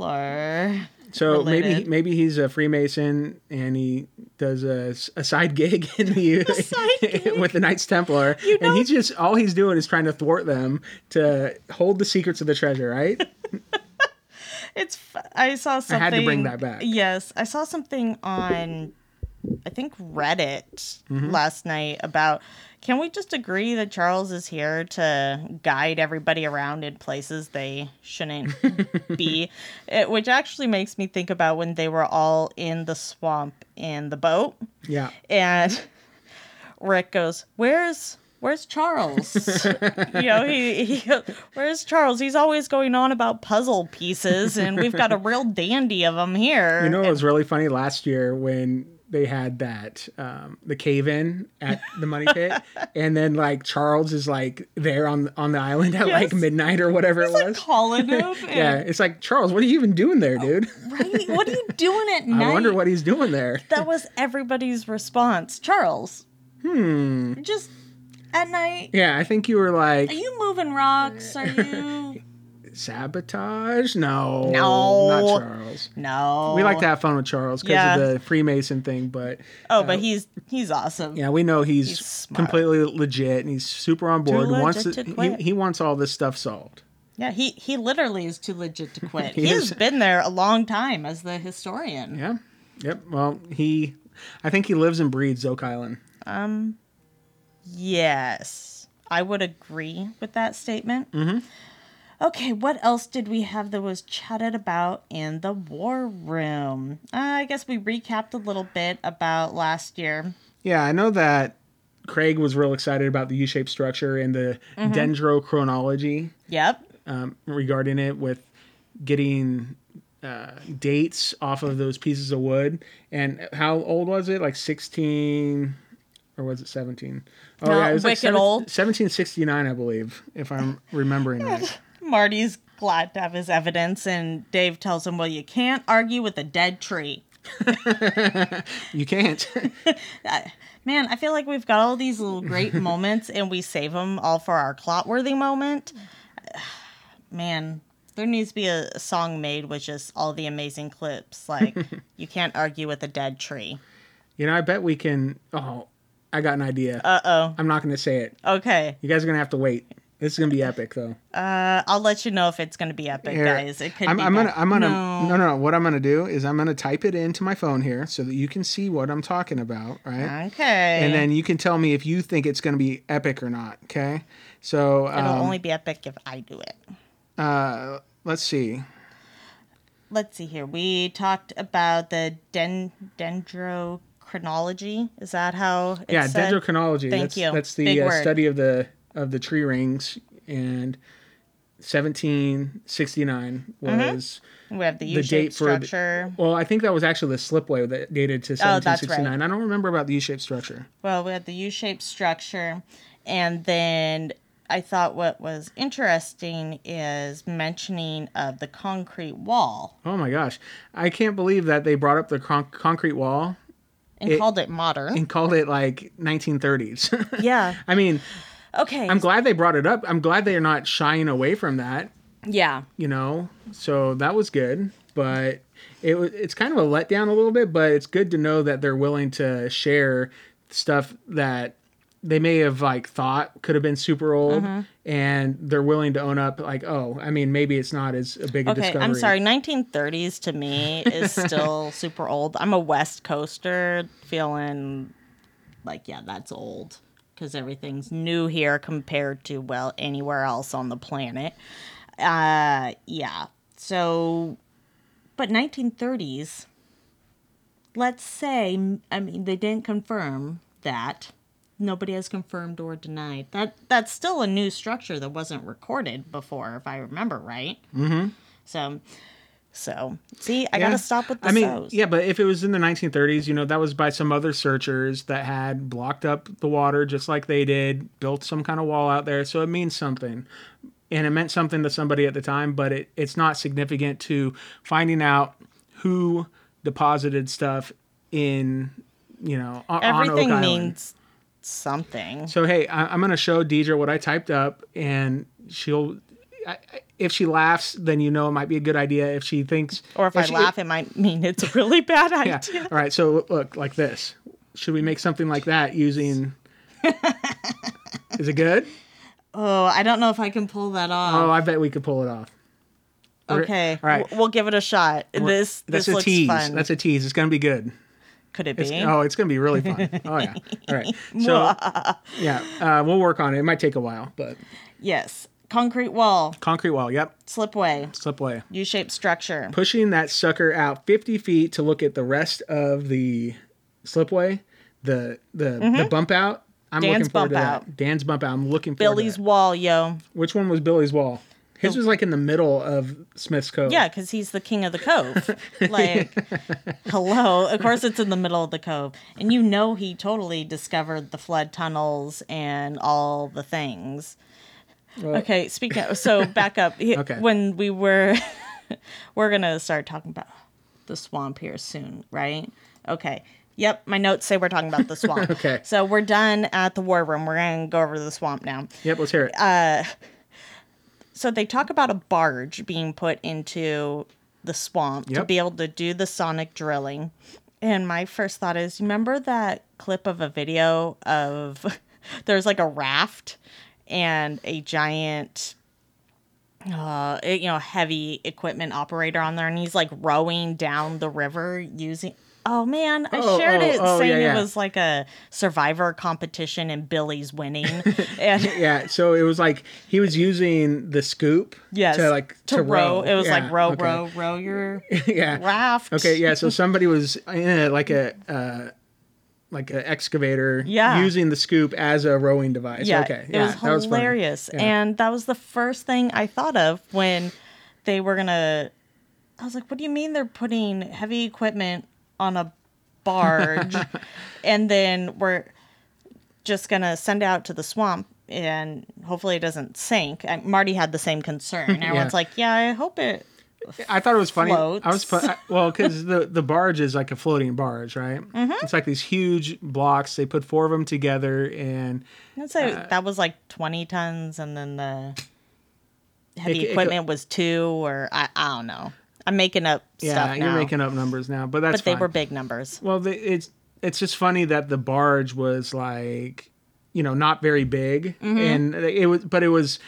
B: Templar.
C: So maybe
B: related.
C: maybe he's a Freemason and he does a, s- a side gig in the
B: side gig?
C: with the Knights Templar, and he's just all he's doing is trying to thwart them to hold the secrets of the treasure, right?
B: It's. f- I saw
C: had
B: something.
C: to bring that back.
B: Yes, I saw something on I think Reddit
C: Mm-hmm.
B: last night about can we just agree that Charles is here to guide everybody around in places they shouldn't be? It, which actually makes me think about when they were all in the swamp in the boat
C: Yeah.
B: and Rick goes, "Where's Where's Charles? you know, he, he goes, Where's Charles? He's always going on about puzzle pieces, and we've got a real dandy of them here.
C: You know it was really funny last year when they had that um, the cave in at the money pit, and then like Charles is like there on on the island at like
B: Yes.
C: midnight or whatever it
B: like
C: was.
B: calling him.
C: yeah,
B: and-
C: it's like Charles, what are you even doing there, dude?
B: right? What are you doing at night?
C: I wonder what he's doing there.
B: that was everybody's response. Charles, hmm, just at night.
C: Yeah, I think you were like
B: Are you moving rocks? Are you
C: sabotage. No,
B: No.
C: not Charles.
B: no?
C: We like to have fun with Charles because
B: Yeah.
C: of the Freemason thing, but
B: Oh, but he's he's awesome.
C: Yeah, we know he's,
B: He's smart.
C: completely legit and he's super on board. and wants
B: legit
C: it-
B: to
C: he,
B: quit.
C: he wants all this stuff solved.
B: Yeah, he he literally is too legit to quit.
C: He
B: he has
C: is.
B: been there a long time as the historian.
C: Yeah. Yep. Well, he, I think he lives and breathes Oak Island.
B: Yes, I would agree with that statement. Mm-hmm. Okay, what else did we have that was chatted about in the war room? Uh, I guess we recapped a little bit about last year.
C: Yeah, I know that Craig was real excited about the U-shaped structure and the
B: Mm-hmm.
C: dendrochronology
B: Yep.
C: um, regarding it with getting uh, dates off of those pieces of wood. And how old was it? Like 16 or was it 17? Oh,
B: No,
C: it was
B: wicked old.
C: 1769, I believe, if I'm remembering right.
B: Marty's glad to have his evidence, and Dave tells him, Well, you can't argue with a dead tree.
C: You can't.
B: Man, I feel like we've got all these little great moments and we save them all for our clotworthy moment. Man, there needs to be a song made with just all the amazing clips. Like, you can't argue with a dead tree.
C: you know, I bet we can. Oh, I got an idea.
B: Uh oh.
C: I'm not going to say it.
B: Okay.
C: You guys are gonna have to wait. This is gonna be epic, though.
B: Uh, I'll let you know if it's going to be epic,
C: Here.
B: guys. It could
C: I'm,
B: be.
C: I'm gonna,
B: bad.
C: I'm gonna,
B: No.
C: no. no, no. What I'm gonna do is I'm gonna type it into my phone here so that you can see what I'm talking about, right?
B: Okay.
C: And then you can tell me if you think it's gonna be epic or not. Okay. So
B: It'll
C: um,
B: only be epic if I do it.
C: uh, let's see.
B: Let's see here. We talked about the den- dendrochronology. Is that how it's
C: Yeah,
B: said?
C: dendrochronology.
B: Thank
C: that's,
B: you.
C: That's the
B: Big
C: uh,
B: word.
C: study of the of the tree rings and. 1769
B: Mm-hmm.
C: was
B: We have the
C: the
B: U-shaped
C: date for the-
B: structure.
C: well i think that was actually the slipway that dated to
B: Oh, that's right.
C: 1769 i don't remember about the u-shaped structure
B: Well, we had the U-shaped structure, and then I thought what was interesting is mentioning of the concrete wall
C: Oh my gosh. I can't believe that they brought up the con- concrete wall
B: and
C: It-
B: called it modern.
C: and called it like 1930s.
B: yeah.
C: I mean,
B: Okay.
C: I'm glad they brought it up. I'm glad they are not shying away from that,
B: yeah.
C: you know? So that was good. But it wa- it's kind of a letdown a little bit, but it's good to know that they're willing to share stuff that they may have like thought could have been super old
B: Mm-hmm.
C: and they're willing to own up like oh i mean maybe it's not as a big a
B: Okay,
C: discovery
B: I'm sorry. 1930s to me is still super old. I'm a West Coaster feeling like, yeah, that's old because everything's new here compared to, well, anywhere else on the planet. Uh, yeah. So, but 1930s, let's say, I mean, they didn't confirm that. Nobody has confirmed or denied that. That's still a new structure that wasn't recorded before, if I remember right. So, so see, I
C: Mm-hmm. Yeah.
B: gotta stop with the
C: I mean,
B: so's.
C: yeah, but if it was in the 1930s, you know, that was by some other searchers that had blocked up the water just like they did, built some kind of wall out there, so it means something. And it meant something to somebody at the time, but it, it's not significant to finding out who deposited stuff in, you know, on, on Oak
B: Everything
C: Island.
B: means something.
C: So hey, I, I'm gonna show Deidre what I typed up, and she'll. I, I- if she laughs, then you know it might be a good idea. If she thinks,
B: Or if I
C: she-
B: laugh, it might mean it's a really bad
C: yeah.
B: idea.
C: All right. So look like this. Should we make something like that using? Is it good?
B: Oh, I don't know if I can pull that
C: Oh,
B: off.
C: I bet we could pull it off.
B: okay,
C: all Oh, right.
B: W- we'll give it a shot. this
C: That's
B: this
C: a
B: looks
C: tease.
B: fun.
C: That's a tease. It's gonna be good.
B: Could it
C: It's,
B: be?
C: oh, it's going to be really fun. Oh, yeah. All right. So, yeah, uh, we'll work on it. It might take a while, but
B: Yes. Concrete wall,
C: concrete wall. Yep.
B: slipway,
C: Slipway.
B: U-shaped structure.
C: Pushing that sucker out 50 feet to look at the rest of the slipway, the the, the bump out.
B: Mm-hmm.
C: I'm
B: Dan's
C: looking forward to
B: bump
C: that.
B: out.
C: Dan's bump out. I'm looking forward
B: Billy's
C: to that.
B: wall, yo.
C: Which one was Billy's wall? His was like in the middle of Smith's Cove.
B: Oh. Yeah, because he's the king of the cove. Like, hello. Of course, it's in the middle of the cove. And you know, he totally discovered the flood tunnels and all the things. okay, speaking of, so back up. He-
C: Okay.
B: When we were, we're going to start talking about the swamp here soon, right? Okay. Yep, my notes say we're talking about the swamp.
C: Okay.
B: So we're done at the war room. We're going to go over to the swamp now
C: Yep, let's hear it.
B: Uh, so they talk about a barge being put into the swamp to
C: Yep.
B: be able to do the sonic drilling. And my first thought is, remember that clip of a video of there's like a raft and a giant uh you know heavy equipment operator on there and he's like rowing down the river using oh man i
C: Oh,
B: shared
C: oh,
B: it
C: oh,
B: saying
C: yeah, yeah.
B: it was like a survivor competition and billy's winning and
C: yeah, so it was like he was using the scoop
B: Yes.
C: to like to, row.
B: It was
C: Yeah,
B: like row,
C: okay.
B: row, row your
C: yeah.
B: raft.
C: Okay, yeah. So somebody was in a, like a uh, like an excavator,
B: Yeah.
C: using the scoop as a rowing device.
B: Yeah,
C: okay,
B: it
C: yeah,
B: was
C: that was funny.
B: hilarious,
C: Yeah.
B: and that was the first thing I thought of when they were gonna. I was like, "What do you mean they're putting heavy equipment on a barge, and then we're just gonna send it out to the swamp?" And hopefully it doesn't sink. And Marty had the same concern. Everyone's like, "Yeah, I hope it."
C: I thought it was funny. I was
B: floats.
C: fu- I- well because the the barge is like a floating barge, right?
B: Mm-hmm.
C: It's like these huge blocks. They put four of them together, and
B: I'd say
C: Uh,
B: that was like twenty tons, and then the
C: It-
B: heavy
C: it go-
B: equipment was two, or I, I don't know. I'm making up
C: yeah,
B: stuff
C: you're
B: now,
C: making up numbers now, but that's
B: but they
C: fine.
B: were big numbers.
C: Well, the, it's it's just funny that the barge was like, you know, not very big,
B: Mm-hmm.
C: and it was, but it was,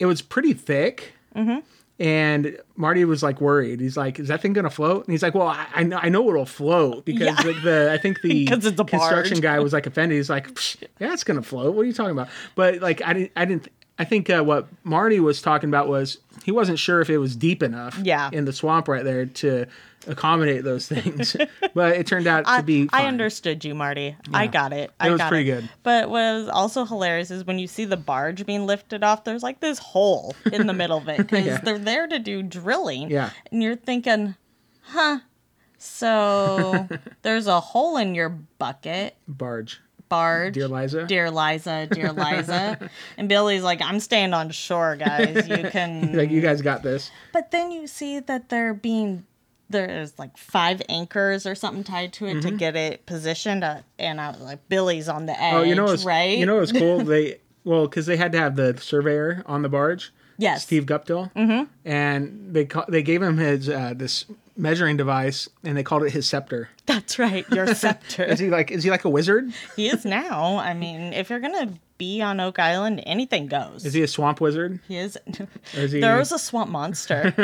C: it was pretty thick.
B: Mm-hmm.
C: And Marty was like worried. He's like, "Is that thing gonna float?" And he's like, "Well, I, I know, I know it'll float because
B: Yeah.
C: the, the I think the
B: 'Cause it's a
C: construction
B: barge.
C: guy was like offended. He's like, "Psh, "Yeah, it's gonna float. What are you talking about?" But like, I didn't, I didn't. I think uh, what Marty was talking about was he wasn't sure if it was deep enough
B: Yeah.
C: in the swamp right there to accommodate those things. but it turned out
B: I,
C: to be.
B: I
C: fine.
B: understood you, Marty. I got it. I
C: It was
B: got
C: pretty good.
B: But what was also hilarious is when you see the barge being lifted off, there's like this hole in the middle of it because
C: Yeah.
B: they're there to do drilling.
C: Yeah.
B: And you're thinking, huh, so there's a hole in your bucket,
C: Barge.
B: barge.
C: Dear Liza.
B: dear Liza, dear Liza. and Billy's like, I'm staying on shore, guys. You can.
C: Like you guys got this.
B: but then you see that they're being there's like five anchors or something tied to it
C: Mm-hmm.
B: to get it positioned. Uh, and I was like, Billy's on the edge,
C: Oh, you know it's
B: right?
C: You know it's cool. They well because they had to have the surveyor on the barge.
B: Yes.
C: Steve Guptill. Mm-hmm. And they ca- they gave him his uh, this measuring device and they called it his scepter.
B: that's right, your scepter.
C: Is he like is he like a wizard?
B: he is now. I mean, if you're gonna be on Oak Island, anything goes.
C: Is he a swamp wizard?
B: He is.
C: Or is he?
B: There was a swamp monster.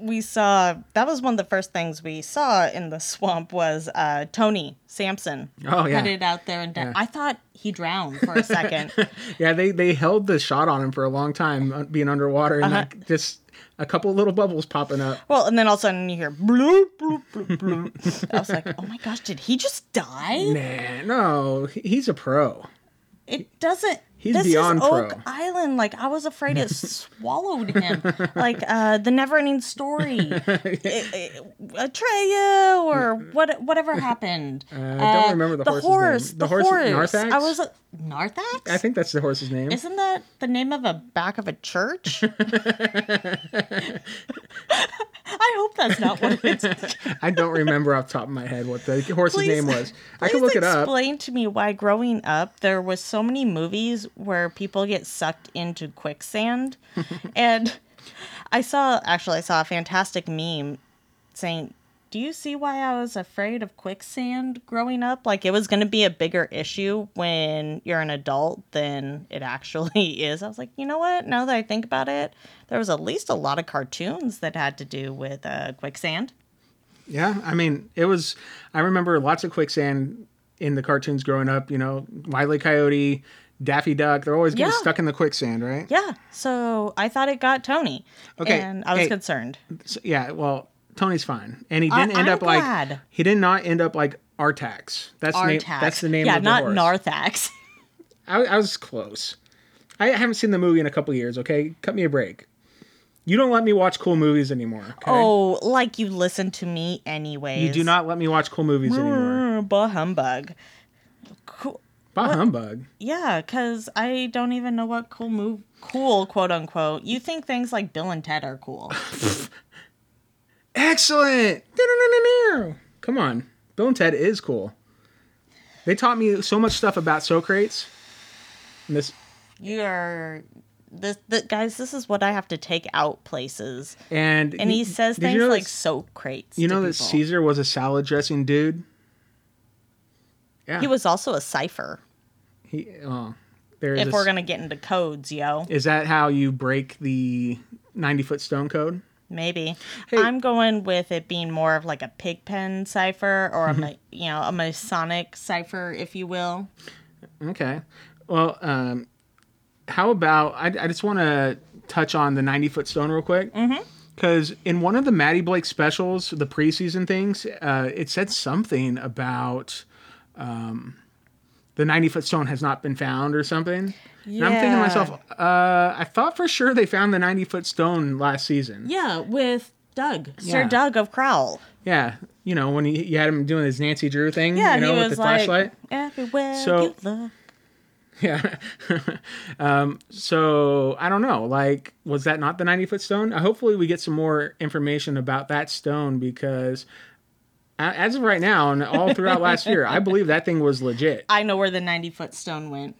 B: we saw that was one of the first things we saw in the swamp was uh, Tony Sampson
C: oh yeah.
B: headed out there and di- I thought he drowned for a second.
C: Yeah. They they held the shot on him for a long time uh, being underwater
B: Uh-huh.
C: and like just a couple little bubbles popping up.
B: well, and then all of a sudden you hear bloop bloop bloop bloop. I was like, oh my gosh, did he just die?
C: Nah, no, he- he's a pro.
B: It doesn't.
C: He's
B: this
C: beyond
B: is Oak
C: pro.
B: Island. Like I was afraid it swallowed him, like uh, the Neverending Story, It- it- Atreya, or what, whatever happened. Uh,
C: don't remember the horse's name.
B: horse.
C: The
B: The
C: horse
B: horse.
C: is Narthex?
B: I was uh, Narthex.
C: I think that's the horse's name.
B: Isn't that the name of a back of a church? I hope that's not what it's.
C: I don't remember off the top of my head what the horse's
B: Please-
C: name was. I could
B: Please
C: look it up.
B: explain to me why growing up there was so many movies where people get sucked into quicksand. and I saw actually I saw a fantastic meme saying, "Do you see why I was afraid of quicksand growing up? Like it was going to be a bigger issue when you're an adult than it actually is." I was like, "You know what? Now that I think about it, there was at least a lot of cartoons that had to do with uh, quicksand."
C: Yeah, I mean, it was. I remember lots of quicksand in the cartoons growing up. You know, Wile E. Coyote, Daffy Duck. They're always getting
B: Yeah.
C: stuck in the quicksand, right?
B: Yeah. So I thought it got Tony.
C: Okay,
B: And I was
C: hey.
B: concerned.
C: So, yeah. Well, Tony's fine, and he didn't
B: I-
C: end
B: I'm
C: up like
B: glad.
C: he did not end up like Artax. That's the name,
B: Artax.
C: that's the name.
B: Yeah,
C: of the
B: not
C: horse.
B: Narthex.
C: I, I was close. I haven't seen the movie in a couple years. Okay, cut me a break. You don't let me watch cool movies anymore. Okay?
B: Oh, like you listen to me anyways.
C: you do not let me watch cool movies anymore.
B: Mm, Bah humbug. Cool.
C: Bah humbug.
B: Yeah, because I don't even know what cool move, cool quote unquote. You think things like Bill and Ted are cool.
C: Excellent. Do-do-do-do-do. Come on. Bill and Ted is cool. They taught me so much stuff about Socrates. And this
B: You're this, th guys. This is what I have to take out places.
C: and
B: And he
C: you-
B: says
C: did you
B: things
C: know
B: like
C: that-
B: Socrates.
C: You
B: to
C: know that
B: people.
C: Caesar was a salad dressing dude? Yeah.
B: He was also a cipher.
C: he oh, there is
B: If
C: a
B: we're
C: s-
B: gonna get into codes, yo,
C: Is that how you break the 90 foot stone code?
B: maybe
C: Hey.
B: I'm going with it being more of like a pig pen cipher or a
C: Mm-hmm.
B: ma- you know a Masonic cipher, if you will.
C: Okay. Well, um, how about I, I just want to touch on the 90 foot stone real quick.
B: Mm-hmm.
C: Because in one of the Maddie Blake specials, the preseason things, uh, it said something about um, the 90 foot stone has not been found or something. And I'm thinking to
B: Yeah.
C: myself, uh, I thought for sure they found the 90 foot stone last season.
B: Yeah, with Doug, Sir
C: Yeah.
B: Doug of Crowl.
C: Yeah. You know, when you, you had him doing his Nancy Drew thing,
B: Yeah,
C: you know,
B: he
C: with
B: was
C: the
B: like
C: flashlight.
B: everywhere
C: So-
B: you look.
C: Yeah. um, so I don't know. Like, was that not the 90 foot stone? Uh, hopefully, we get some more information about that stone because a- as of right now and all throughout last year, I believe that thing was legit.
B: I know where the 90 foot stone went.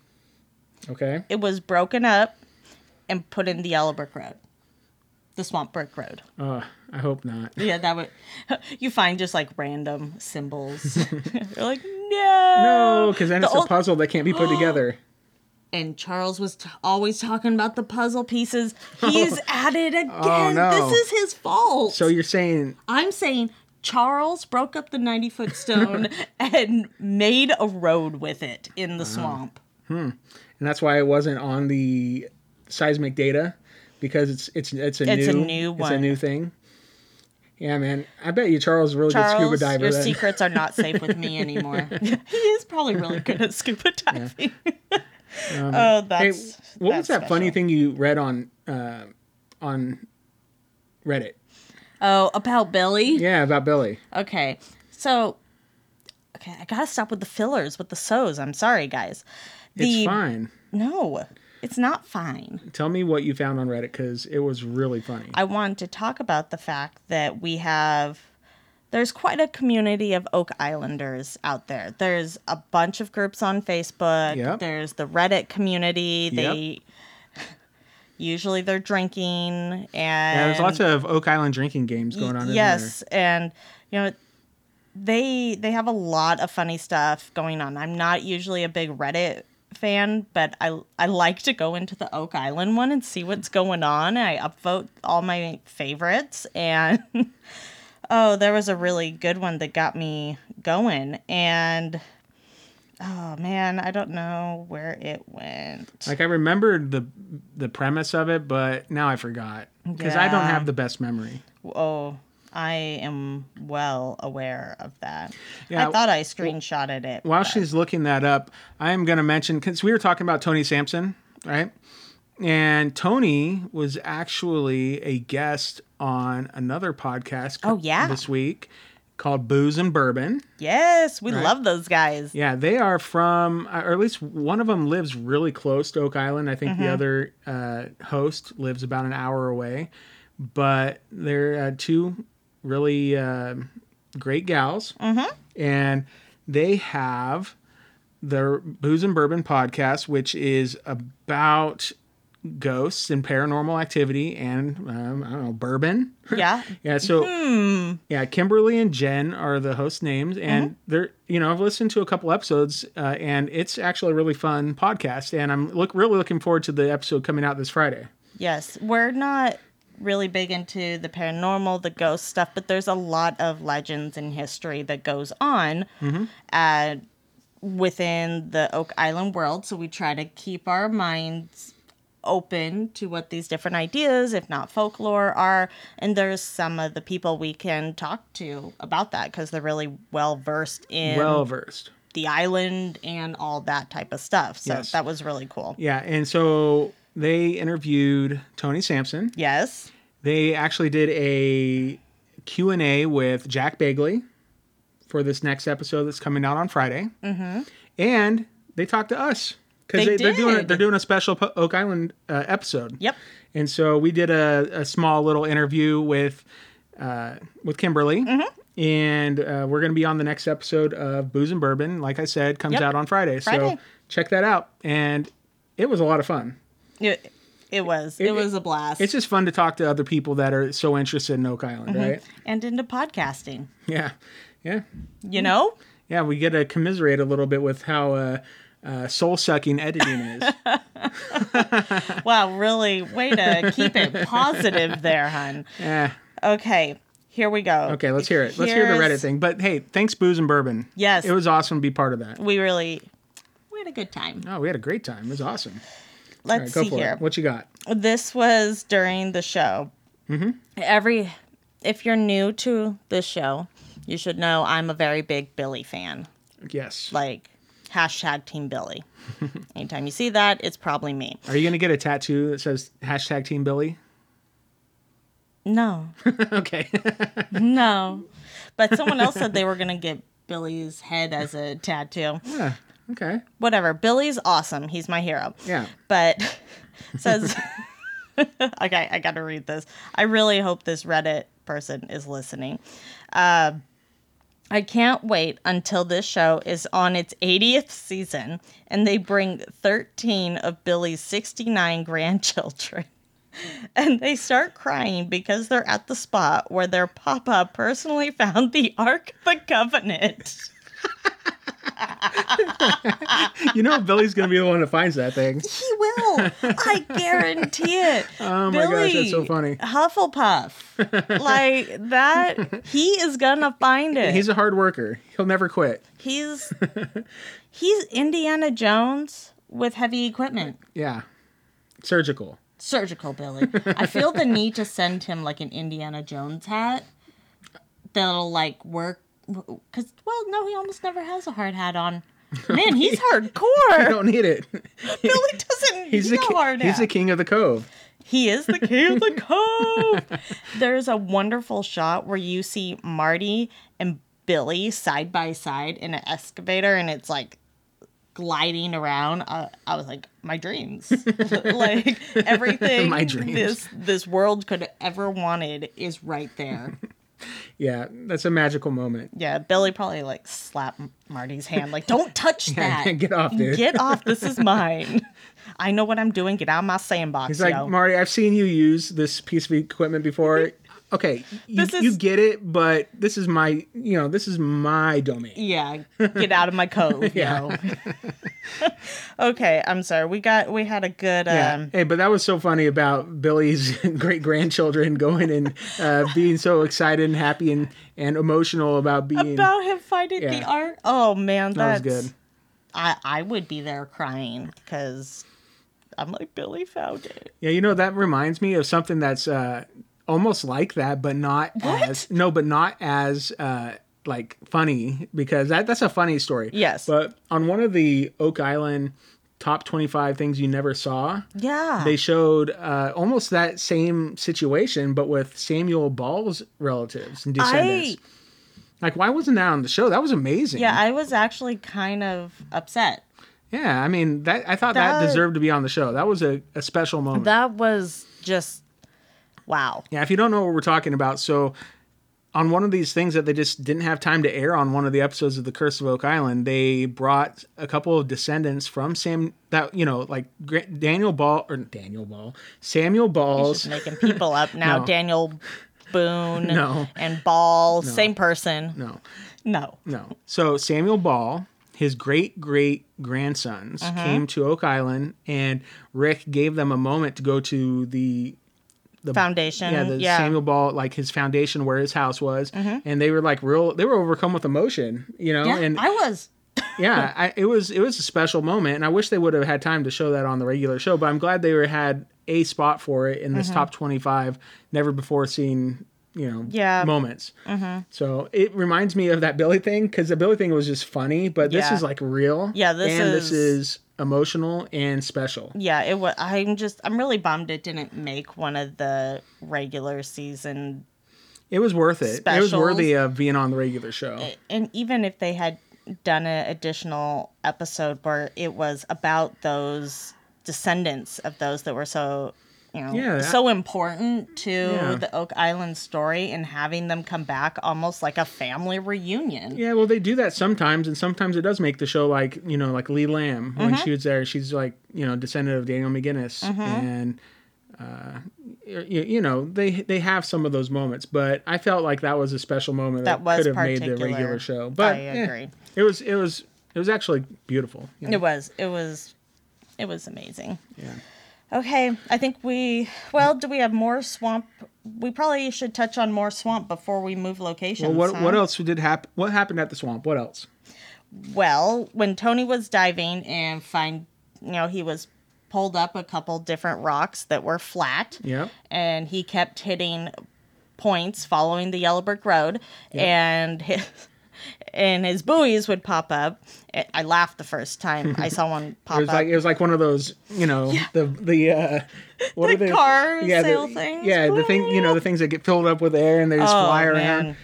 C: Okay.
B: It was broken up and put in the Yellow Brick Road, the Swamp Brick Road.
C: Uh, I hope not.
B: Yeah, that would. You find just like random symbols. You're like, no.
C: No, because then
B: The
C: it's a
B: old-
C: puzzle that can't be put together.
B: And Charles was t- always talking about the puzzle pieces. He's at it again.
C: Oh, no.
B: This is his fault.
C: So you're saying,
B: I'm saying Charles broke up the 90 foot stone and made a road with it in the
C: Uh-huh.
B: swamp.
C: and that's why it wasn't on the seismic data because it's it's it's a
B: It's a
C: new
B: new
C: it's a
B: one.
C: new thing. Yeah, man. I bet you Charles is a really good scuba
B: Charles,
C: diver.
B: your
C: then.
B: secrets are not safe with me anymore. he is probably really good at scuba diving. oh,
C: Um, Hey,
B: that's
C: what was
B: that's
C: that funny
B: special.
C: thing you read on uh, on Reddit?
B: Oh, about Billy.
C: Yeah, about Billy.
B: Okay, so okay, I gotta stop with the fillers with the so's. I'm sorry, guys. The
C: It's fine.
B: no, it's not fine.
C: Tell me what you found on Reddit because it was really funny.
B: I wanted to talk about the fact that we have. There's quite a community of Oak Islanders out there. There's a bunch of groups on Facebook.
C: Yep.
B: There's the Reddit community.
C: Yep.
B: They usually they're drinking and
C: yeah, there's lots of Oak Island drinking games going on. in
B: yes and you know they they have a lot of funny stuff going on i'm not usually a big reddit fan but i i like to go into the oak island one and see what's going on i upvote all my favorites and oh there was a really good one that got me going and oh man i don't know where it went
C: There. Like I remembered the the premise of it, but now I forgot because I don't
B: Yeah.
C: have the best memory.
B: oh i am well aware of that
C: Yeah,
B: i thought i screenshotted it
C: While she's looking that up, I am going to mention because we were talking about Tony Sampson, right? And Tony was actually a guest on another podcast.
B: Oh, yeah.
C: this week called Booze and Bourbon.
B: Yes, we love those guys.
C: Yeah, they are from, uh, or at least one of them lives really close to Oak Island. I think the other uh, host lives about an hour away, but they're uh, two really uh, great gals, and they have their booze and bourbon podcast, which is about ghosts and paranormal activity and um, I don't know bourbon.
B: Yeah.
C: Yeah, so yeah, Kimberly and Jen are the host names, and they're you know I've listened to a couple episodes, uh, and it's actually a really fun podcast, and I'm look really looking forward to the episode coming out this Friday.
B: Yes, we're not really big into the paranormal, the ghost stuff, but there's a lot of legends and history that goes on
C: Mm-hmm.
B: uh, within the Oak Island world. So we try to keep our minds open to what these different ideas, if not folklore, are. And there's some of the people we can talk to about that because they're really well versed in
C: Well versed.
B: the island and all that type of stuff. So
C: Yes.
B: that was really cool.
C: Yeah, and so they interviewed Tony Sampson.
B: Yes.
C: They actually did a Q&A with Jack Bagley for this next episode that's coming out on Friday. Mm-hmm. And they talked to us because
B: They
C: they, are doing a,
B: did.
C: they're doing a special Po- Oak Island uh, episode.
B: Yep.
C: And so we did a, a small little interview with uh, with Kimberly.
B: Mm-hmm.
C: And uh, we're going to be on the next episode of Booze and Bourbon. Like I said, comes
B: Yep.
C: out on Friday.
B: Friday.
C: So check that out. And it was a lot of fun.
B: It, it was. It,
C: It-
B: was a blast.
C: It's just fun to talk to other people that are so interested in Oak Island,
B: Mm-hmm.
C: right?
B: and into podcasting,
C: Yeah. Yeah.
B: you know?
C: Yeah. We get to commiserate a little bit with how uh, uh, soul sucking editing is.
B: Wow, really, way to keep it positive there, hun.
C: yeah.
B: Okay, here we go.
C: Okay. Let's hear it. Let's hear the Reddit
B: Here's-
C: thing. But hey, thanks, Booze and Bourbon.
B: Yes.
C: It was awesome to be part of that.
B: We really, we had a good time.
C: Oh, we had a great time. It was awesome. All right,
B: Let's
C: go
B: see
C: for
B: here.
C: it. What you got?
B: this was during the show. Mm-hmm. Every, if you're new to this show, you should know I'm a very big Billy fan.
C: Yes.
B: Like hashtag Team Billy. Anytime you see that, it's probably me.
C: Are you gonna get a tattoo that says hashtag Team Billy?
B: No,
C: okay.
B: no. But someone else said they were gonna get Billy's head as a tattoo.
C: yeah. Okay.
B: Whatever. Billy's awesome. He's my hero.
C: Yeah.
B: but says okay i gotta read this i really hope this reddit person is listening uh, i can't wait until this show is on its 80th season and they bring 13 of billy's 69 grandchildren and they start crying because they're at the spot where their papa personally found the ark of the covenant
C: You know Billy's gonna be the one that finds that thing.
B: He will. I guarantee it. Oh
C: my gosh, that's so funny.
B: Hufflepuff. like that he is gonna find it.
C: He's
B: He's
C: a hard worker. He'll never quit.
B: he's, he's Indiana Jones with heavy equipment.
C: Yeah. Surgical.
B: Surgical Billy. I feel the need to send him like an Indiana Jones hat that'll like work cuz well no he almost never has a hard hat on. Man, he's
C: I
B: hardcore.
C: don't need it.
B: Billy doesn't
C: He's the
B: need
C: ki-
B: a hard hat.
C: he's the king of the cove.
B: He is the king of the cove. There's a wonderful shot where you see Marty and Billy side by side in an excavator, and it's like gliding around. I, I was like, my dreams, like everything
C: My dreams.
B: this this world could have ever wanted is right there.
C: Yeah, that's a magical moment.
B: Yeah, Billy probably like slapped Marty's hand, like, don't touch that.
C: Get off, dude.
B: Get off. This is mine. I know what I'm doing. Get out of my sandbox.
C: He's like,
B: yo.
C: Marty, I've seen you use this piece of equipment before. Okay, you,
B: This is-
C: you get it, but this is my, you know, this is my domain.
B: yeah get out of my cove yeah. okay i'm sorry we got we had a good
C: Yeah.
B: um
C: hey, but that was so funny about Billy's great grandchildren going and uh, being so excited and happy and, and emotional about being.
B: about him finding the
C: Yeah.
B: art oh man
C: that was
B: that's
C: good.
B: i i would be there crying because i'm like billy found it
C: Yeah, you know that reminds me of something that's uh, almost like that, but not as no, but not as uh, like funny because that that's a funny story.
B: Yes.
C: but on one of the Oak Island top twenty five things you never saw,
B: yeah
C: they showed uh, almost that same situation, but with Samuel Ball's relatives and
B: i
C: descendants. Like, why wasn't that on the show? That was amazing.
B: yeah i was actually kind of upset
C: yeah. I mean, that I thought that,
B: That-
C: deserved to be on the show. That was a, a special moment.
B: that was just wow
C: Yeah, if you don't know what we're talking about, so on one of these things that they just didn't have time to air on one of the episodes of The Curse of Oak Island, they brought a couple of descendants from Sam that you know, like Gra- Daniel Ball or Daniel Ball, Samuel
B: just
C: Ball's.
B: making people up now
C: No.
B: daniel boone
C: No.
B: and ball same person
C: No,
B: no
C: no. So Samuel Ball, his great great grandsons
B: Uh-huh.
C: came to Oak Island, and Rick gave them a moment to go to the the
B: Foundation,
C: Yeah, the
B: yeah. Mm-hmm.
C: Samuel Ball, like his foundation where his house was, and they were like real. They were overcome with emotion, you know. and
B: I was.
C: yeah, I, it was it was a special moment, and I wish they would have had time to show that on the regular show. But I'm glad they were had a spot for it in
B: Mm-hmm.
C: this top 25, never before seen, you know,
B: Yeah. Mm-hmm.
C: moments. So it reminds me of that Billy thing because the Billy thing was just funny, but this
B: Yeah.
C: is like real.
B: Yeah, this
C: and this
B: is-
C: is emotional and special.
B: Yeah, it was. I'm just. I'm really bummed it didn't make one of the regular season.
C: It was worth it. It was
B: Specials. worthy
C: worthy of being on the regular show.
B: And even if they had done an additional episode where it was about those descendants of those that were so, you know,
C: Yeah, I-
B: so important to
C: Yeah.
B: the Oak Island story, and having them come back almost like a family reunion.
C: Yeah, well, they do that sometimes, and sometimes it does make the show like you know, like Lee Lamb when
B: Mm-hmm.
C: she was there. She's like you know, descendant of Daniel McGinnis, and uh, you, you know, they they have some of those moments. But I felt like that was a special moment that,
B: That was
C: could have made the
B: particular.
C: regular show. But
B: I
C: eh,
B: agree.
C: it was it was it was actually beautiful. you know?
B: It was. It was. It was amazing.
C: Yeah.
B: Okay, I think we. Well, do we have more swamp? We probably should touch on more swamp before we move locations.
C: Well, what
B: huh?
C: what else did happen? What happened at the swamp? What else?
B: Well, when Tony was diving and find, you know, he was pulled up a couple different rocks that were flat.
C: Yeah.
B: And he kept hitting points following the yellow brick road, and his and his buoys would pop up. I- I laughed the first time I saw one pop
C: It was
B: up.
C: like it was like one of those, you know, the the uh, what
B: The
C: are they?
B: car sail
C: the,
B: things?
C: Yeah, the thing, you know, the things that get filled up with air and they just
B: Oh,
C: fly
B: man.
C: around.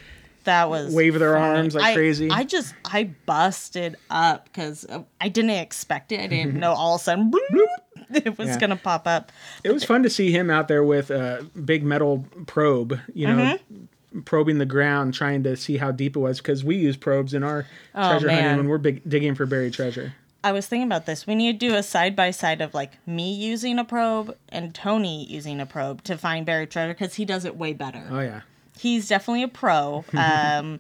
B: That was
C: wave their arms like
B: I-
C: crazy.
B: I just I busted up because I didn't expect it. I didn't know all of a sudden bloop, it was
C: Yeah.
B: gonna pop up.
C: It was fun to see him out there with a big metal probe, you know,
B: Mm-hmm.
C: probing the ground, trying to see how deep it was because we use probes in our treasure
B: Oh, man.
C: hunting when we're big, digging for buried treasure.
B: I was thinking about this. We need to do a side by side of like me using a probe and Tony using a probe to find buried treasure because he does it way better.
C: Oh yeah,
B: He's definitely a pro. Um,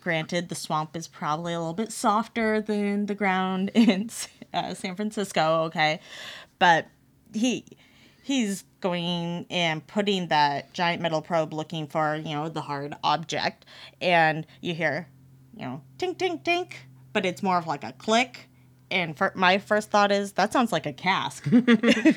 B: granted, the swamp is probably a little bit softer than the ground in uh, San Francisco. Okay, but he he's going and putting that giant metal probe looking for you know the hard object, and you hear you know tink tink tink, but it's more of like a click. And for, my first thought is that sounds like a cask. I,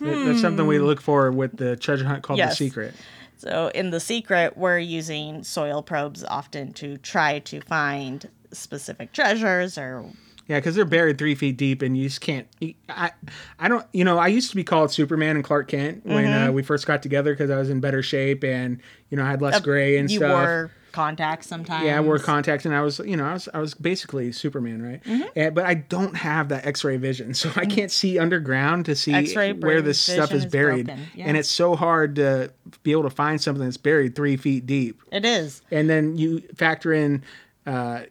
C: That- that's something we look for with the treasure hunt called
B: Hmm. Yes.
C: the secret.
B: so in The Secret, we're using soil probes often to try to find specific treasures or
C: Yeah, because they're buried three feet deep, and you just can't. you- I, I don't. You know, I used to be called Superman and Clark Kent when
B: Mm-hmm.
C: uh, we first got together because I was in better shape and you know I had less gray and
B: you
C: stuff.
B: wore contacts sometimes.
C: yeah, I wore contacts, and I was, you know, I was, I was basically Superman, right?
B: Mm-hmm.
C: And, but I don't have that X-ray vision, so I can't see underground to see
B: Mm. X-ray
C: where this
B: vision
C: stuff is
B: is
C: buried,
B: broken, yeah.
C: and it's so hard to be able to find something that's buried three feet deep.
B: It is.
C: And then you factor in, uh,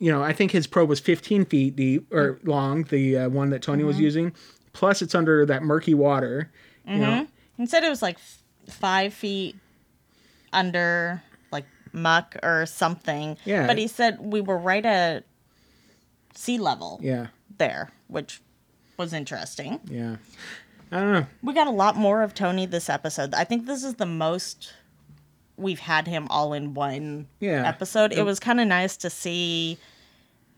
C: you know, I think his probe was 15 feet deep or long, the uh, one that Tony was
B: Mm-hmm.
C: using. Plus, it's under that murky water. You know,
B: It said it was like f- five feet under like muck or something.
C: Yeah.
B: But he said we were right at sea level
C: yeah,
B: there, which was interesting.
C: yeah. I don't know.
B: We got a lot more of Tony this episode. I think this is the most we've had him all in one
C: Yeah.
B: episode. It was kind of nice to see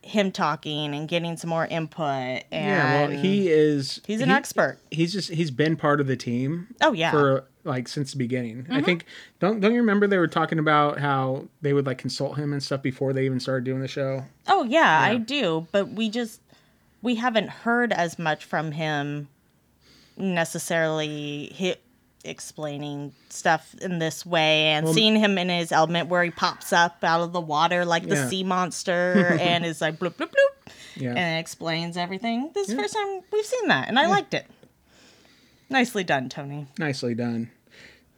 B: him talking and getting some more input. And
C: Yeah, well, he is.
B: he's an
C: he-
B: expert.
C: He's just he's been part of the team.
B: Oh, yeah. Mm-hmm.
C: for like since the beginning. I think don't don't you remember they were talking about how they would like consult him and stuff before they even started doing the show.
B: Oh yeah, I do, but we just we haven't heard as much from him necessarily hi explaining stuff in this way and seeing him in his element where he pops up out of the water like the
C: Yeah.
B: sea monster and is like bloop bloop bloop
C: Yeah,
B: and explains everything. This is the first time we've seen that and I liked it. Nicely done, Tony.
C: nicely done.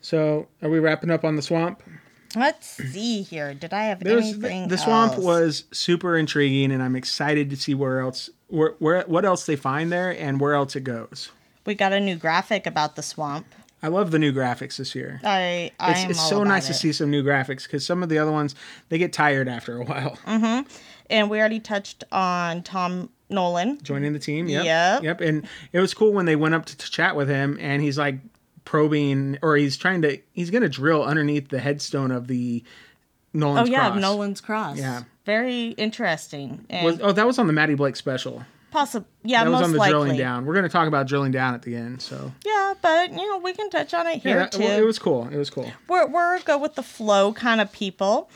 C: So are we wrapping up on the swamp?
B: Let's see here. Did I have
C: There's
B: anything?
C: the, the swamp
B: else?
C: was super intriguing, and I'm excited to see where else where, where what else they find there and where else it goes.
B: We got a new graphic about the swamp.
C: I love the new graphics this year.
B: I I
C: It's,
B: am
C: it's
B: all
C: so
B: about
C: nice to
B: it.
C: see some new graphics because some of the other ones they get tired after a while.
B: Mm-hmm. and we already touched on Tom Nolan.
C: joining the team. Yep.
B: Yep.
C: Yep. And it was cool when they went up to, to chat with him, and he's like, probing, or he's trying to, he's going to drill underneath the headstone of the Nolan's
B: oh yeah,
C: cross.
B: Nolan's Cross.
C: Yeah.
B: very interesting. And
C: Was, oh, that was on the Maddie Blake special.
B: possible. Yeah,
C: That was
B: most
C: on the
B: likely.
C: drilling down. We're going to talk about drilling down at the end. So
B: Yeah, but you know we can touch on it here
C: yeah, that-
B: too.
C: well, it was cool. It was cool.
B: we're we're go with the flow kind of people.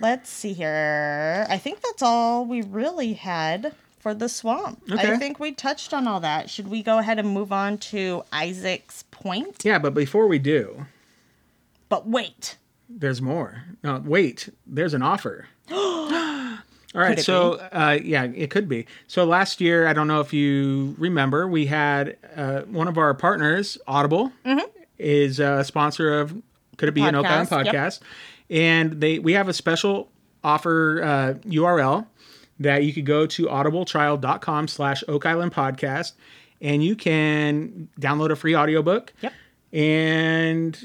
B: Let's see here. I think that's all we really had for the swamp.
C: Okay.
B: I think we touched on all that. Should we go ahead and move on to Isaac's point?
C: Yeah, but before we do,
B: But wait.
C: there's more. No, wait, there's an offer. All right,
B: it
C: so uh, yeah, it could be. So last year, I don't know if you remember, we had uh, one of our partners, Audible,
B: Mm-hmm.
C: is a sponsor of Could It Be an Open
B: Podcast, yep.
C: Podcast, and they we have a special offer uh, URL that you could go to audibletrial.com slash Oak Island Podcast, and you can download a free audiobook.
B: Yep.
C: And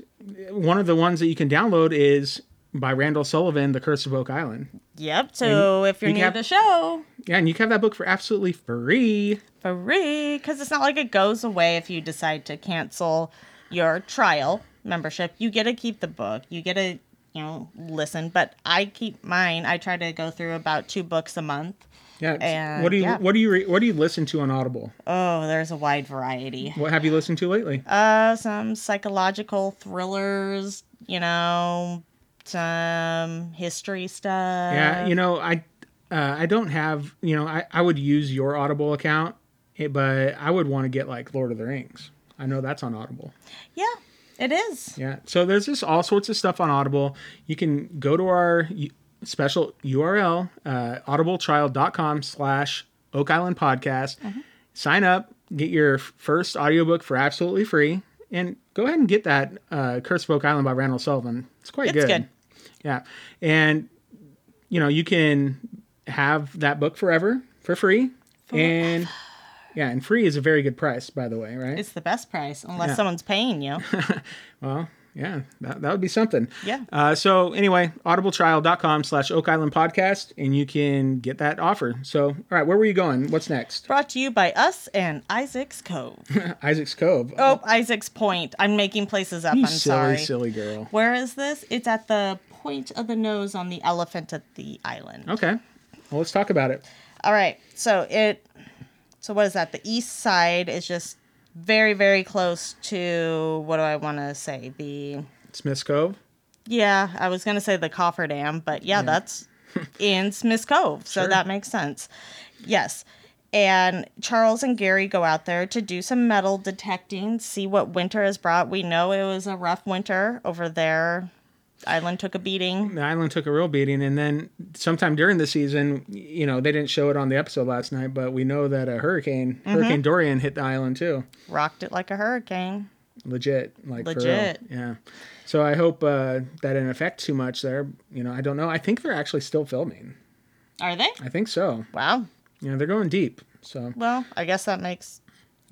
C: one of the ones that you can download is by Randall Sullivan, The Curse of Oak Island.
B: Yep. So if you're
C: you
B: new
C: have-
B: to the show,
C: Yeah, and you can have that book for absolutely free.
B: free because it's not like it goes away if you decide to cancel your trial membership you get to keep the book you get to you know listen but i keep mine i try to go through about two books a month
C: Yeah. it's-
B: And,
C: what do you
B: yeah.
C: What do you re- What do you listen to on Audible?
B: oh there's a wide variety
C: What have you listened to lately?
B: uh some psychological thrillers you know some history stuff
C: yeah, you know, I uh, I don't have you know I I would use your Audible account, eh, but I would want to get like Lord of the Rings. I know that's on Audible.
B: yeah it is
C: Yeah. So there's just all sorts of stuff on Audible. You can go to our u- special URL, uh, audibletrial.com slash Oak Island Podcast.
B: Mm-hmm.
C: Sign up, get your f- first audiobook for absolutely free, and go ahead and get that uh, Curse of Oak Island by Randall Sullivan. It's quite
B: It's good.
C: Yeah. And, you know, you can have that book forever for free. And, yeah, and free is a very good price, by the way, right?
B: it's the best price unless
C: Yeah.
B: someone's paying you
C: yeah that, that would be something
B: Yeah.
C: uh, so anyway audibletrial.com slash oak island podcast and you can get that offer so all right where were you going what's next
B: brought to you by us and isaac's cove
C: isaac's cove
B: Oh, Isaac's Point. I'm making places up.
C: you
B: I'm
C: silly
B: sorry.
C: silly girl
B: Where is this? It's at the point of the nose on the elephant at the island.
C: okay well let's talk about it
B: All right. So it. So what is that? The east side is just very, very close to what do I want to say? The
C: smith's cove
B: yeah, I was gonna say the Cofferdam, but yeah, that's in Smith's Cove, so
C: Sure.
B: that makes sense. Yes. And Charles and Gary go out there to do some metal detecting, see what winter has brought. We know it was a rough winter over there. Island took a beating.
C: the island took a real beating and then sometime during the season you know they didn't show it on the episode last night but we know that a hurricane
B: Mm-hmm.
C: hurricane dorian hit the island too
B: Rocked it like a hurricane.
C: legit like for real.
B: Legit.
C: yeah so i hope uh, that didn't affect too much there you know i don't know i think they're actually still filming
B: Are they?
C: I think so.
B: Wow.
C: You know, they're going deep. So
B: Well, I guess that makes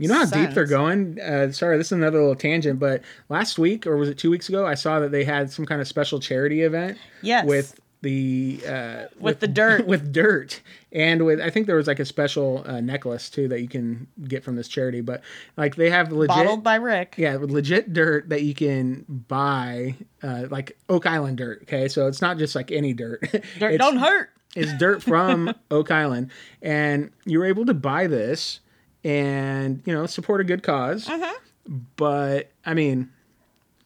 C: you know how deep
B: Sense.
C: they're going. Uh, sorry, this is another little tangent, but last week or was it two weeks ago? I saw that they had some kind of special charity event.
B: Yes.
C: With the uh,
B: with, the dirt.
C: with dirt and with I think there was like a special uh, necklace too that you can get from this charity, but like they have legit
B: bottled by Rick.
C: yeah with legit dirt that you can buy uh, like Oak Island dirt. Okay, so it's not just like any dirt.
B: dirt
C: It's-
B: don't hurt.
C: is dirt from Oak Island, and you were able to buy this and you know support a good because
B: Mm-hmm.
C: But I mean,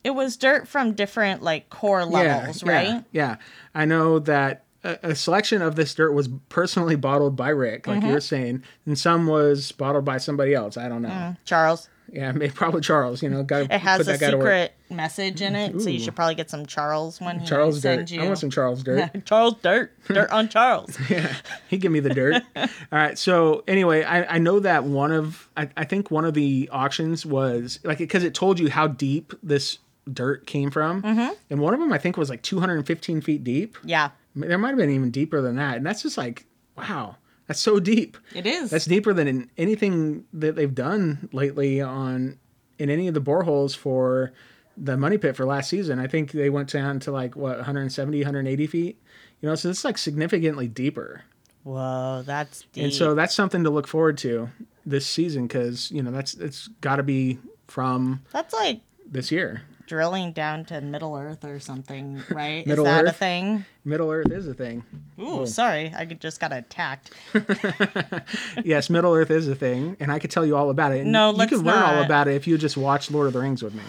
B: It was dirt from different like core
C: yeah,
B: levels,
C: yeah,
B: right?
C: Yeah, I know that a, a selection of this dirt was personally bottled by Rick,
B: Mm-hmm.
C: like you were saying, and some was bottled by somebody else. I don't know.
B: Charles.
C: Yeah, maybe probably Charles. You know, got to
B: Mm. It
C: put
B: has a
C: that guy to work.
B: secret message in it, so you should probably get some Charles when he
C: Charles
B: sends
C: dirt.
B: you.
C: I want some Charles dirt.
B: Charles dirt, dirt on Charles.
C: he give me the dirt. All right. So anyway, I, I know that one of I, I think one of the auctions was like because it told you how deep this dirt came from,
B: Mm-hmm.
C: and one of them I think was like 215 feet deep.
B: Yeah,
C: I mean, There might have been even deeper than that, and that's just like wow, that's so deep.
B: it is.
C: That's deeper than in anything that they've done lately on in any of the boreholes for the money pit for last season. I think they went down to like what 170, 180 feet. You know, so it's like significantly deeper.
B: Whoa, that's deep.
C: And so that's something to look forward to this season because you know that's it's got to be from
B: that's like
C: this year.
B: drilling down to Middle Earth or something, right?
C: Middle
B: Is that a
C: Earth? Oh.
B: thing?
C: Middle Earth is a thing.
B: Ooh, sorry, I could- just got attacked.
C: Yes, Middle Earth is a thing, and I could tell you all about it. And
B: No,
C: you
B: let's
C: could learn all
B: not.
C: about it if you just watch Lord of the Rings with me.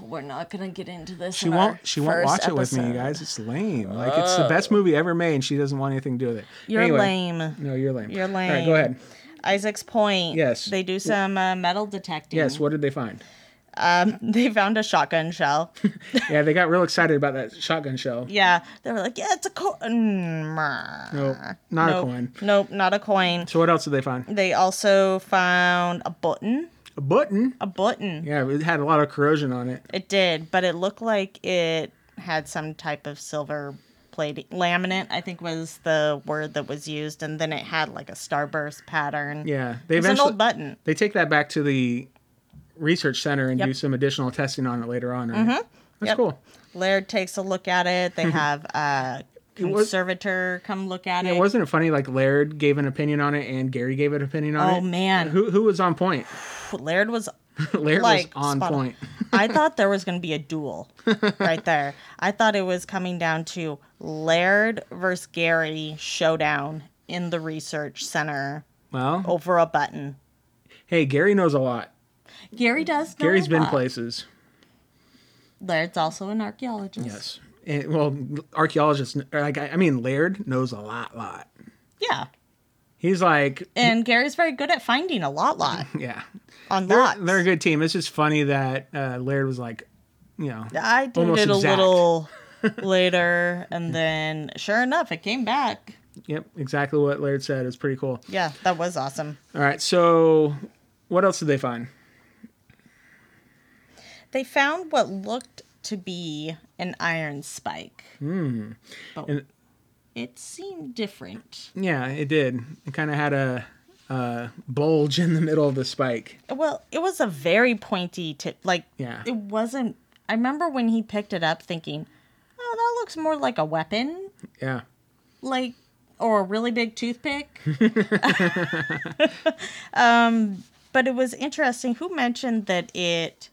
B: We're not gonna get into this.
C: She won't. She won't watch it with me, you guys. It's lame. Like it's the best movie ever made, and she doesn't want anything to do with it.
B: Oh. You're
C: Anyway.
B: lame.
C: No, you're lame.
B: You're
C: All right, go
B: lame.
C: ahead.
B: Isaac's Point.
C: Yes.
B: They do some uh, metal detecting.
C: Yes. What did they find?
B: They found a shotgun shell.
C: yeah, they got real excited about that shotgun shell.
B: yeah. They were like, yeah, it's a coin.
C: No, not a coin.
B: Nope, not a coin.
C: So what else did they find?
B: They also found a button.
C: A button.
B: A button.
C: Yeah, it had a lot of corrosion on it.
B: It did, but it looked like it had some type of silver plating laminate, I think was the word that was used, and then it had like a starburst pattern.
C: Yeah, they
B: It was an
C: eventually
B: old button.
C: they take that back to the research center and
B: Yep. Mm-hmm.
C: do some additional testing on it later on. Right? That's
B: Yep.
C: cool.
B: Laird takes a look at it. They have a
C: was-
B: conservator come look at
C: Yeah,
B: it.
C: wasn't it funny? Like Laird gave an opinion on it, and Gary gave an opinion on it.
B: Oh, man.
C: who who was on point?
B: Laird was
C: Laird
B: like
C: was on
B: spot
C: point.
B: I thought there was going to be a duel right there. I thought it was coming down to Laird versus Gary showdown in the research center
C: Well,
B: over a button.
C: hey, Gary knows a lot.
B: Gary does. know
C: Gary's
B: a
C: been
B: lot.
C: places.
B: Laird's also an archaeologist.
C: Yes. And, well, archaeologists. or, Like I I mean, Laird knows a lot, lot.
B: Yeah.
C: He's like,
B: And Gary's very good at finding a lot lot
C: yeah,
B: on
C: they're,
B: lots.
C: they're a good team. It's just funny that uh, Laird was like, you know,
B: I did
C: almost
B: it a
C: exact.
B: little later and then sure enough it came back.
C: Yep, exactly what Laird said. It's pretty cool.
B: Yeah, that was awesome.
C: All right, so what else did they find?
B: They found what looked to be an iron spike. But
C: Hmm. And-
B: it seemed different.
C: Yeah, it did. It kind of had a, a bulge in the middle of the spike.
B: Well, it was a very pointy tip. Like,
C: Yeah.
B: it wasn't. I remember when he picked it up thinking, oh, that looks more like a weapon,
C: Yeah,
B: like, or a really big toothpick. um, but it was interesting. Who mentioned that it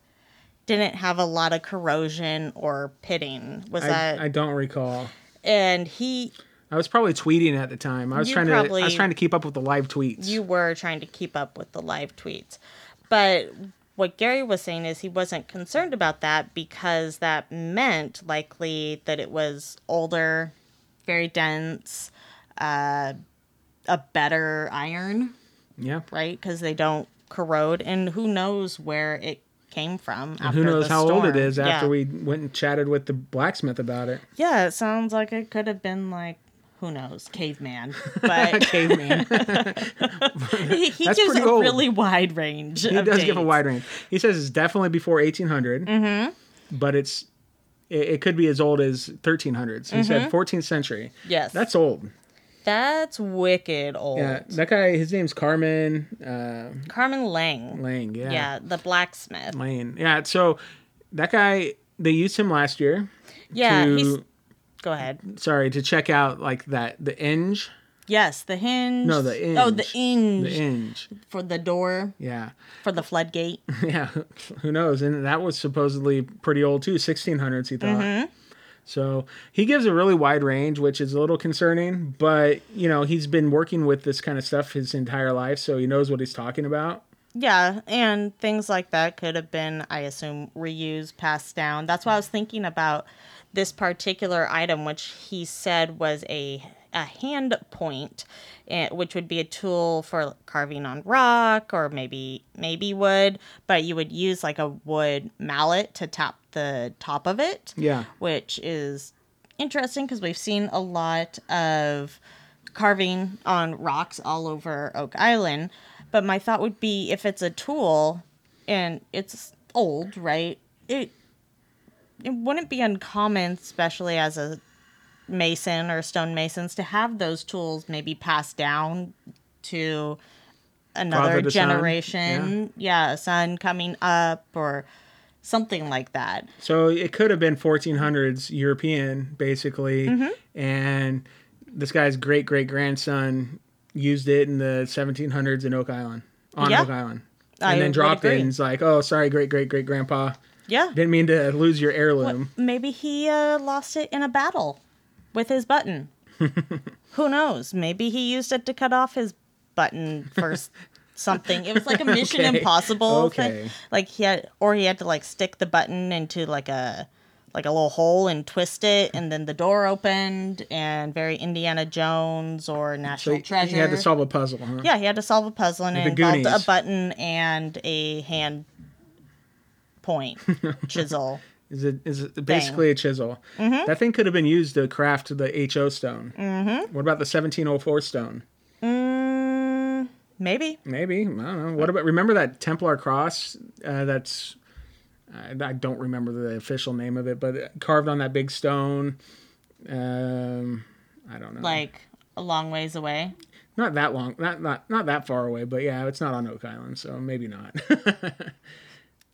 B: didn't have a lot of corrosion or pitting? Was that.
C: I, I don't recall.
B: and he.
C: I was probably tweeting at the time. I was
B: You
C: trying to I was
B: probably-
C: trying to keep up with the live tweets.
B: you were trying to keep up with the live tweets. But what Gary was saying is he wasn't concerned about that because that meant likely that it was older, very dense, uh, a better iron,
C: yeah.
B: right? Because they don't corrode, and who knows where it came from. after
C: Who knows
B: the
C: how old
B: storm.
C: it is after
B: Yeah.
C: we went and chatted with the blacksmith about it.
B: Yeah, it sounds like it could have been like. Who knows, caveman? But
C: Caveman.
B: he, he
C: That's
B: gives
C: pretty
B: a
C: old.
B: really wide range.
C: he does give a wide range. He says it's definitely before 1800,
B: Mm-hmm.
C: but it's it, it could be as old as 1300s. He said 14th century.
B: Mm-hmm. Yes.
C: that's old.
B: That's wicked old.
C: Yeah, that guy. His name's Carmen uh,
B: Carmen Lang.
C: Lang. Yeah.
B: Yeah. the blacksmith.
C: Lane. Yeah. So that guy, they used him last year.
B: Yeah,
C: to,
B: he's. Go ahead.
C: sorry to check out like that the hinge.
B: Yes, the hinge.
C: No, the
B: Oh, the
C: The
B: hinge
C: hinge.
B: for the door
C: Yeah.
B: for the floodgate.
C: Yeah, who knows? And that was supposedly pretty old too, 1600s, he thought. So he gives a really wide range, which is a little concerning, but you know, he's been working with this kind of stuff his entire life, so he knows what he's talking about.
B: yeah, and things like that could have been, I assume, reused, passed down. That's why I was thinking about this particular item, which he said was a a hand point, eh, which would be a tool for carving on rock or maybe maybe wood, but you would use like a wood mallet to tap the top of it
C: Yeah.
B: which is interesting because we've seen a lot of carving on rocks all over Oak Island. But my thought would be if it's a tool and it's old, right? It it wouldn't be uncommon, especially as a mason or stonemasons, to have those tools maybe passed down to another
C: Father to son,
B: generation. yeah, a son coming up or something like that.
C: So it could have been 1400s European, basically.
B: Mm-hmm.
C: And this guy's great great grandson used it in the 1700s in Oak Island, on
B: Yeah.
C: Oak Island.
B: I
C: And then
B: would
C: dropped it
B: agree.
C: and it's like, oh, sorry, great great great grandpa.
B: Yeah.
C: Didn't mean to lose your heirloom.
B: Maybe he uh, lost it in a battle with his button. Who knows? Maybe he used it to cut off his button for s- something. It was like a Mission
C: Okay.
B: Impossible
C: Okay.
B: thing. Like he had, or he had to like stick the button into like a like a little hole and twist it, and then the door opened. And very Indiana Jones or National Treasure.
C: You had to solve a puzzle, huh?
B: Yeah, he had to solve a puzzle and it
C: the
B: involved
C: Goonies.
B: a button and a hand point chisel.
C: Is it is it basically a chisel?
B: Mm-hmm.
C: That thing could have been used to craft the HO stone. Mm-hmm. What about the 1704 stone?
B: Mm, maybe.
C: Maybe I don't know. What about remember that Templar cross? Uh, that's I, I don't remember the official name of it, but carved on that big stone. Um, I don't know.
B: Like a long ways away.
C: not that long, not not not that far away, but yeah, it's not on Oak Island, so maybe not.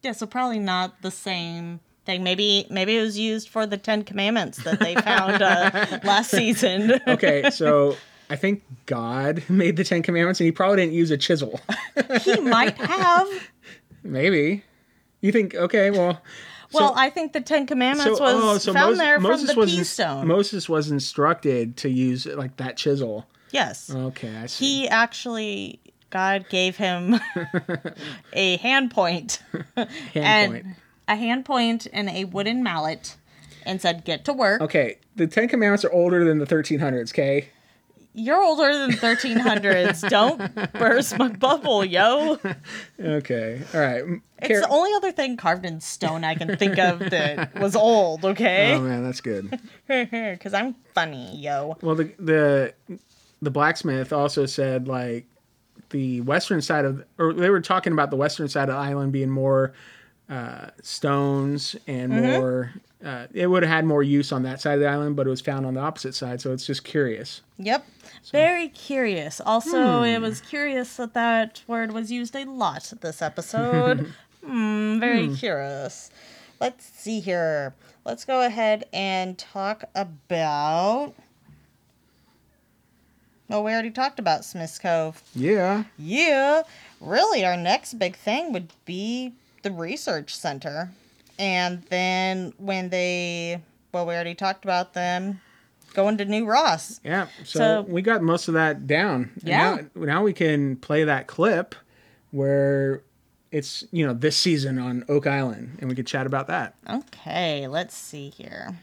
B: Yeah, so probably not the same thing. Maybe maybe it was used for the Ten Commandments that they found uh, last season.
C: okay, so I think God made the Ten Commandments, and he probably didn't use a chisel.
B: he might have.
C: Maybe. You think okay? Well, oh,
B: Well, I think the Ten Commandments was found
C: Mos-
B: there from the
C: was
B: Peystone.
C: ins-
B: stone.
C: Moses was instructed to use like that chisel.
B: yes.
C: Okay, I see.
B: he actually God gave him a hand point
C: Hand
B: and
C: point.
B: a hand point and a wooden mallet and said get to work.
C: Okay, the Ten Commandments are older than the 1300s. Okay,
B: You're older than 1300s. Don't burst my bubble, yo.
C: okay, all right. m-
B: It's
C: Car-
B: the only other thing carved in stone I can think of that was old,
C: oh
B: okay?
C: man, that's good.
B: Because I'm funny, yo.
C: Well, the the the blacksmith also said like the western side of, or they were talking about the western side of the island being more uh, stones and more. Uh, it would have had more use on that side of the island, but it was found on the opposite side, so it's just curious.
B: Yep. Very curious. Also, it was curious that that word was used a lot this episode. Hmm, very curious. Let's see here. Let's go ahead and talk about. Well, we already talked about Smith's Cove.
C: Yeah.
B: Yeah. Really, our next big thing would be the research center. And then when they. Well, we already talked about them going to New Ross.
C: Yeah. So,
B: So-
C: we got most of that down. And
B: Yeah.
C: Now, now we can play that clip where it's, you know, this season on Oak Island and we could chat about that.
B: Okay, let's see here.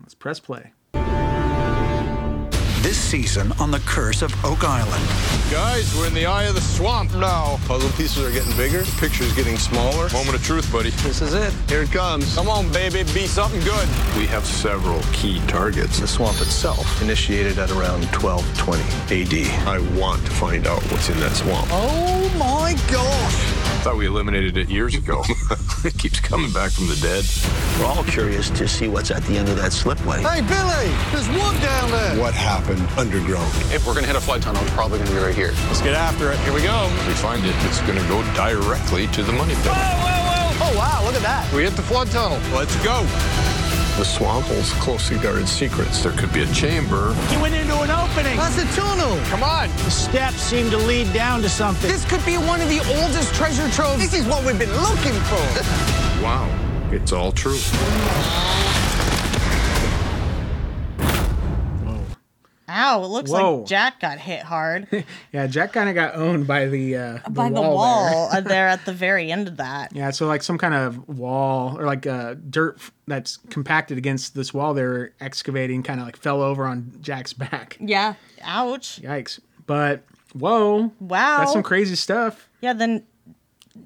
C: Let's press play.
E: This season on The Curse of Oak Island.
F: Guys, we're in the eye of the swamp now.
G: Puzzle pieces are getting bigger, picture's getting smaller.
F: Moment of truth, buddy.
G: This is it. Here it comes.
F: Come on, baby, be something good.
H: We have several key targets.
G: The swamp itself initiated at around 1220 AD.
H: I want to find out what's in that swamp.
E: Oh my gosh!
H: I thought we eliminated it years ago. it keeps coming back from the dead.
G: We're all curious to see what's at the end of that slipway.
F: Hey, Billy, there's one down there.
H: What happened underground?
I: If we're gonna hit a flight tunnel, it's probably gonna be right here.
F: Let's get after it. Here we go.
H: If we find it, it's going to go directly to the money pit.
F: Oh, wow, look at
I: that.
F: We hit the flood tunnel. Let's go.
H: The swamp holds closely guarded secrets. There could be a chamber.
J: You went into an opening.
F: That's a tunnel. Come on.
J: The steps seem to lead down to something.
K: This could be one of the oldest treasure troves.
F: This is what we've been looking for.
H: Wow, it's all true.
B: Ow, it looks
C: Whoa.
B: like Jack got hit hard
C: Yeah. Jack kind of got owned by the, uh, the
B: by the
C: wall. there.
B: wall uh, there at the very end of that.
C: Yeah. So, like some kind of wall or like uh, dirt f- that's compacted against this wall they're excavating kind of like fell over on Jack's back.
B: Yeah. Ouch.
C: Yikes. But whoa.
B: Wow.
C: That's some crazy stuff.
B: yeah, then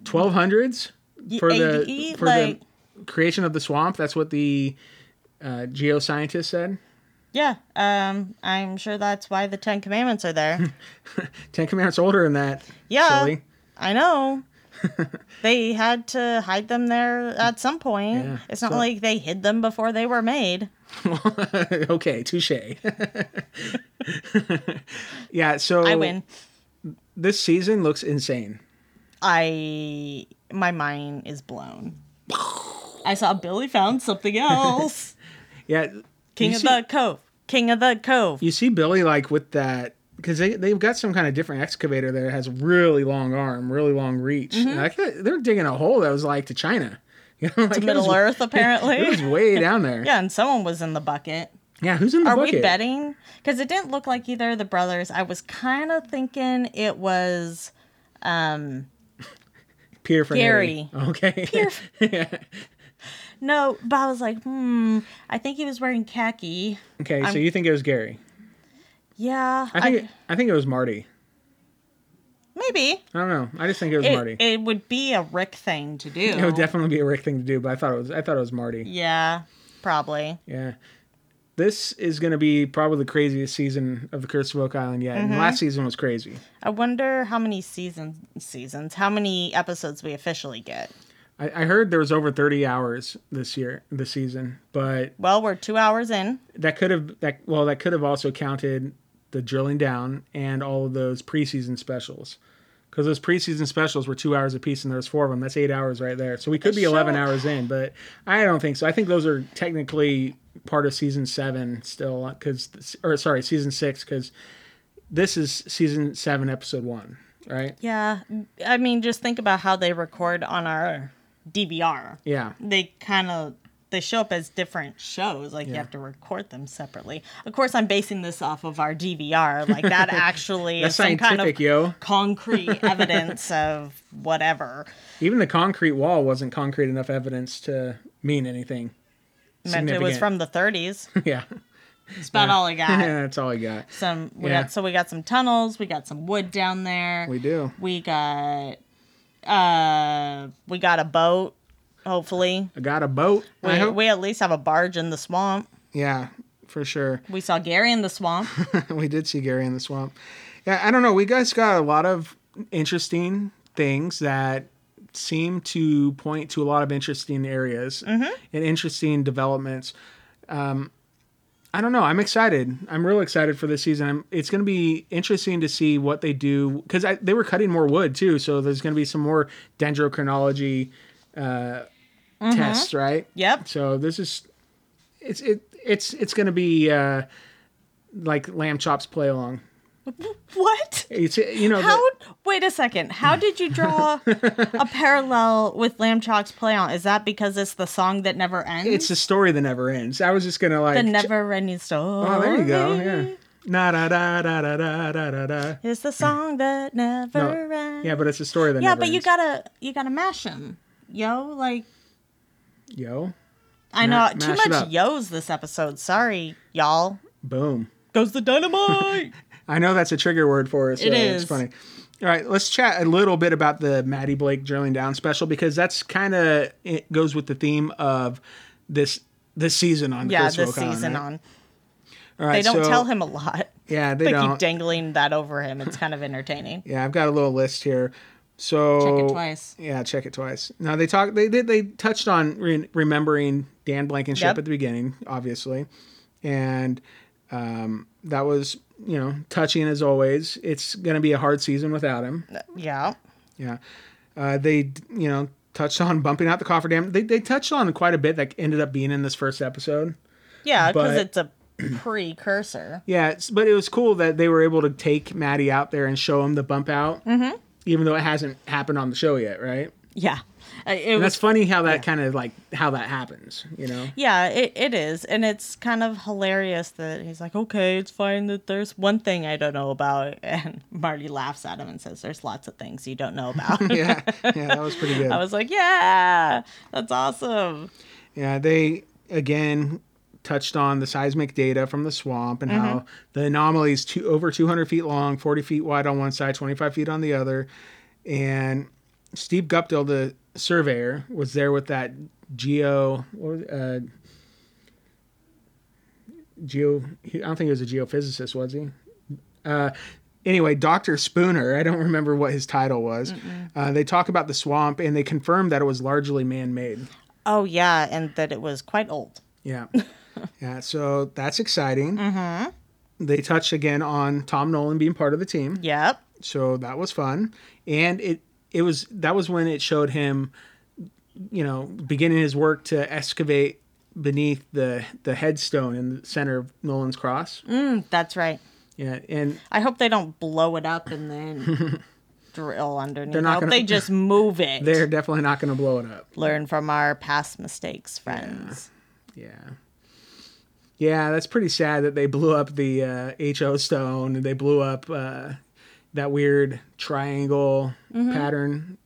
C: 1200s for the
B: ADE,
C: for
B: E- like-
C: the creation of the swamp. That's what the uh, geoscientist said.
B: yeah, um I'm sure that's why the 10 commandments are there.
C: Ten Commandments older than that.
B: Yeah.
C: Silly.
B: I know. they had to hide them there at some point.
C: Yeah,
B: It's not
C: so-
B: like they hid them before they were made.
C: okay, touche. yeah. So
B: I win.
C: This season looks insane.
B: I my mind is blown. I saw Billy found something else.
C: Yeah.
B: King
C: you
B: of
C: see,
B: the Cove. King of the Cove.
C: You see Billy like with that because they, they've got some kind of different excavator that has really long arm, really long reach.
B: Mhm.
C: Like, they- they're digging a hole that was like to China. You know, like, it
B: Middle
C: was-
B: Earth, apparently.
C: It was way down there.
B: yeah, and someone was in the bucket.
C: Yeah, who's in the
B: Are
C: bucket?
B: we betting? Because it didn't look like either of the brothers. I was kind of thinking it was um,
C: Pierre
B: Gary.
C: Fernetti. Okay.
B: Pierre. no, but I was like, hmm. I think he was wearing khaki.
C: okay, so
B: I'm-
C: you think it was Gary?
B: Yeah,
C: I think it, I think it was Marty.
B: maybe
C: I don't know. I just think it was
B: it,
C: Marty. Oh,
B: it would be a Rick thing to do.
C: It would definitely be a Rick thing to do, but I thought it was I thought it was Marty.
B: yeah, probably.
C: Yeah. This is going to be probably the craziest season of the Curse of Oak Island yet. And
B: Mhm.
C: last season was crazy.
B: I wonder how many seasons seasons, how many episodes we officially get.
C: I, I heard there was over 30 hours this year, this season, but
B: Well, we're two hours in.
C: that could have that well that could have also counted the drilling down and all of those preseason specials because those preseason specials were two hours apiece and there's four of them that's eight hours right there so we could be 11 hours in but i don't think so i think those are technically part of season seven still because or sorry season six because this is season seven episode one right
B: Yeah, I mean, just think about how they record on our DVR.
C: yeah
B: They kind of they show up as different shows. Like you
C: Yeah.
B: have to record them separately. Of course, I'm basing this off of our DVR. Like that actually
C: that's
B: is some
C: scientific
B: kind of
C: yo
B: concrete evidence of whatever.
C: even the concrete wall wasn't concrete enough evidence to mean anything
B: Meant it was
C: significant.
B: from the 30s.
C: yeah
B: It's about all I got.
C: yeah that's all i got
B: Some we
C: Yeah.
B: got so we got some tunnels. We got some wood down there.
C: we do
B: We got uh we got a boat, hopefully.
C: I got a boat. I
B: We,
C: hope.
B: we at least have a barge in the swamp.
C: Yeah, for sure.
B: We saw Gary in the swamp.
C: we did see Gary in the swamp. Yeah, I don't know. We guys got a lot of interesting things that seem to point to a lot of interesting areas and interesting developments. Um, I don't know. I'm excited. I'm real excited for this season. I'm, it's going to be interesting to see what they do because they were cutting more wood too. So there's going to be some more dendrochronology uh,
B: Mhm.
C: tests, right?
B: Yep.
C: So this is it's it it's it's going to be uh, like lamb chops play along.
B: what?
C: It's you know the-
B: How wait a second. How did you draw a parallel with Lamb Chalk's play on? Is that because it's the song that never ends?
C: it's a story that never ends. I was just gonna
B: the
C: like
B: never ending story.
C: Oh, there you go. Yeah. Na da da da da da da da da.
B: It's the song that never
C: No.
B: ends.
C: Yeah, but it's a story that
B: yeah,
C: never
B: but you
C: ends.
B: gotta you gotta mash him, yo. Like
C: Yo.
B: I
C: Ma-
B: know too
C: mash it
B: much
C: up.
B: yo's this episode. Sorry, y'all.
C: Boom.
B: Goes the dynamite.
C: I know that's a trigger word for us. So
B: It
C: It's
B: is.
C: funny. All right, let's chat a little bit about the Maddie Blake drilling down special because that's kind of it goes with the theme of this this season on
B: yeah,
C: Chris
B: this
C: Wilcon,
B: season
C: right?
B: on.
C: All right,
B: they don't
C: so-
B: tell him a lot.
C: Yeah, they
B: They,
C: don't.
B: keep dangling that over him. It's kind of entertaining.
C: Yeah, I've got a little list here. So
B: Check it twice.
C: Yeah, check it twice. Now they talk. They they, they touched on re- remembering Dan Blankenship
B: Yep.
C: at the beginning, obviously, and um, that was you know touching as always. It's going to be a hard season without him.
B: Yeah.
C: Yeah, uh, they you know touched on bumping out the cofferdam. They they touched on quite a bit that ended up being in this first episode.
B: Yeah, because
C: But-
B: it's a precursor.
C: Yeah, it's, but it was cool that they were able to take Maddie out there and show him the bump out,
B: Mm-hmm.
C: even though it hasn't happened on the show yet, right?
B: Yeah. Uh, It
C: And
B: was
C: that's funny how that kind of like how that happens, you know?
B: Yeah, it, it is. And it's kind of hilarious that he's like, okay, it's fine that there's one thing I don't know about. And Marty laughs at him and says, there's lots of things you don't know about.
C: yeah, yeah, that was pretty good.
B: I was like, yeah, that's awesome.
C: Yeah, they again touched on the seismic data from the swamp and how
B: Mhm.
C: the anomaly is two, over 200 feet long, 40 feet wide on one side, 25 feet on the other. And Steve Guptill, the surveyor, was there with that geo. What was, it, uh, geo. he- I don't think he was a geophysicist, was he? Uh, anyway, Dr. Spooner, I don't remember what his title was. Uh, they talk about the swamp and they confirm that it was largely man made.
B: Oh, yeah. And that it was quite old.
C: Yeah. yeah. So that's exciting.
B: Mm-hmm.
C: They touched again on Tom Nolan being part of the team.
B: Yep.
C: So that was fun. And it it was that was when it showed him you know, beginning his work to excavate beneath the the headstone in the center of Nolan's cross.
B: Mm, that's right.
C: Yeah, and
B: I hope they don't blow it up and then drill underneath.
C: They're
B: They're
C: not
B: I hope
C: gonna-
B: they just move it.
C: they're definitely not going to blow it up.
B: Learn from our past mistakes, friends.
C: Yeah. Yeah, that's pretty sad that they blew up the uh, HO stone and they blew up uh, that weird triangle
B: Mhm.
C: pattern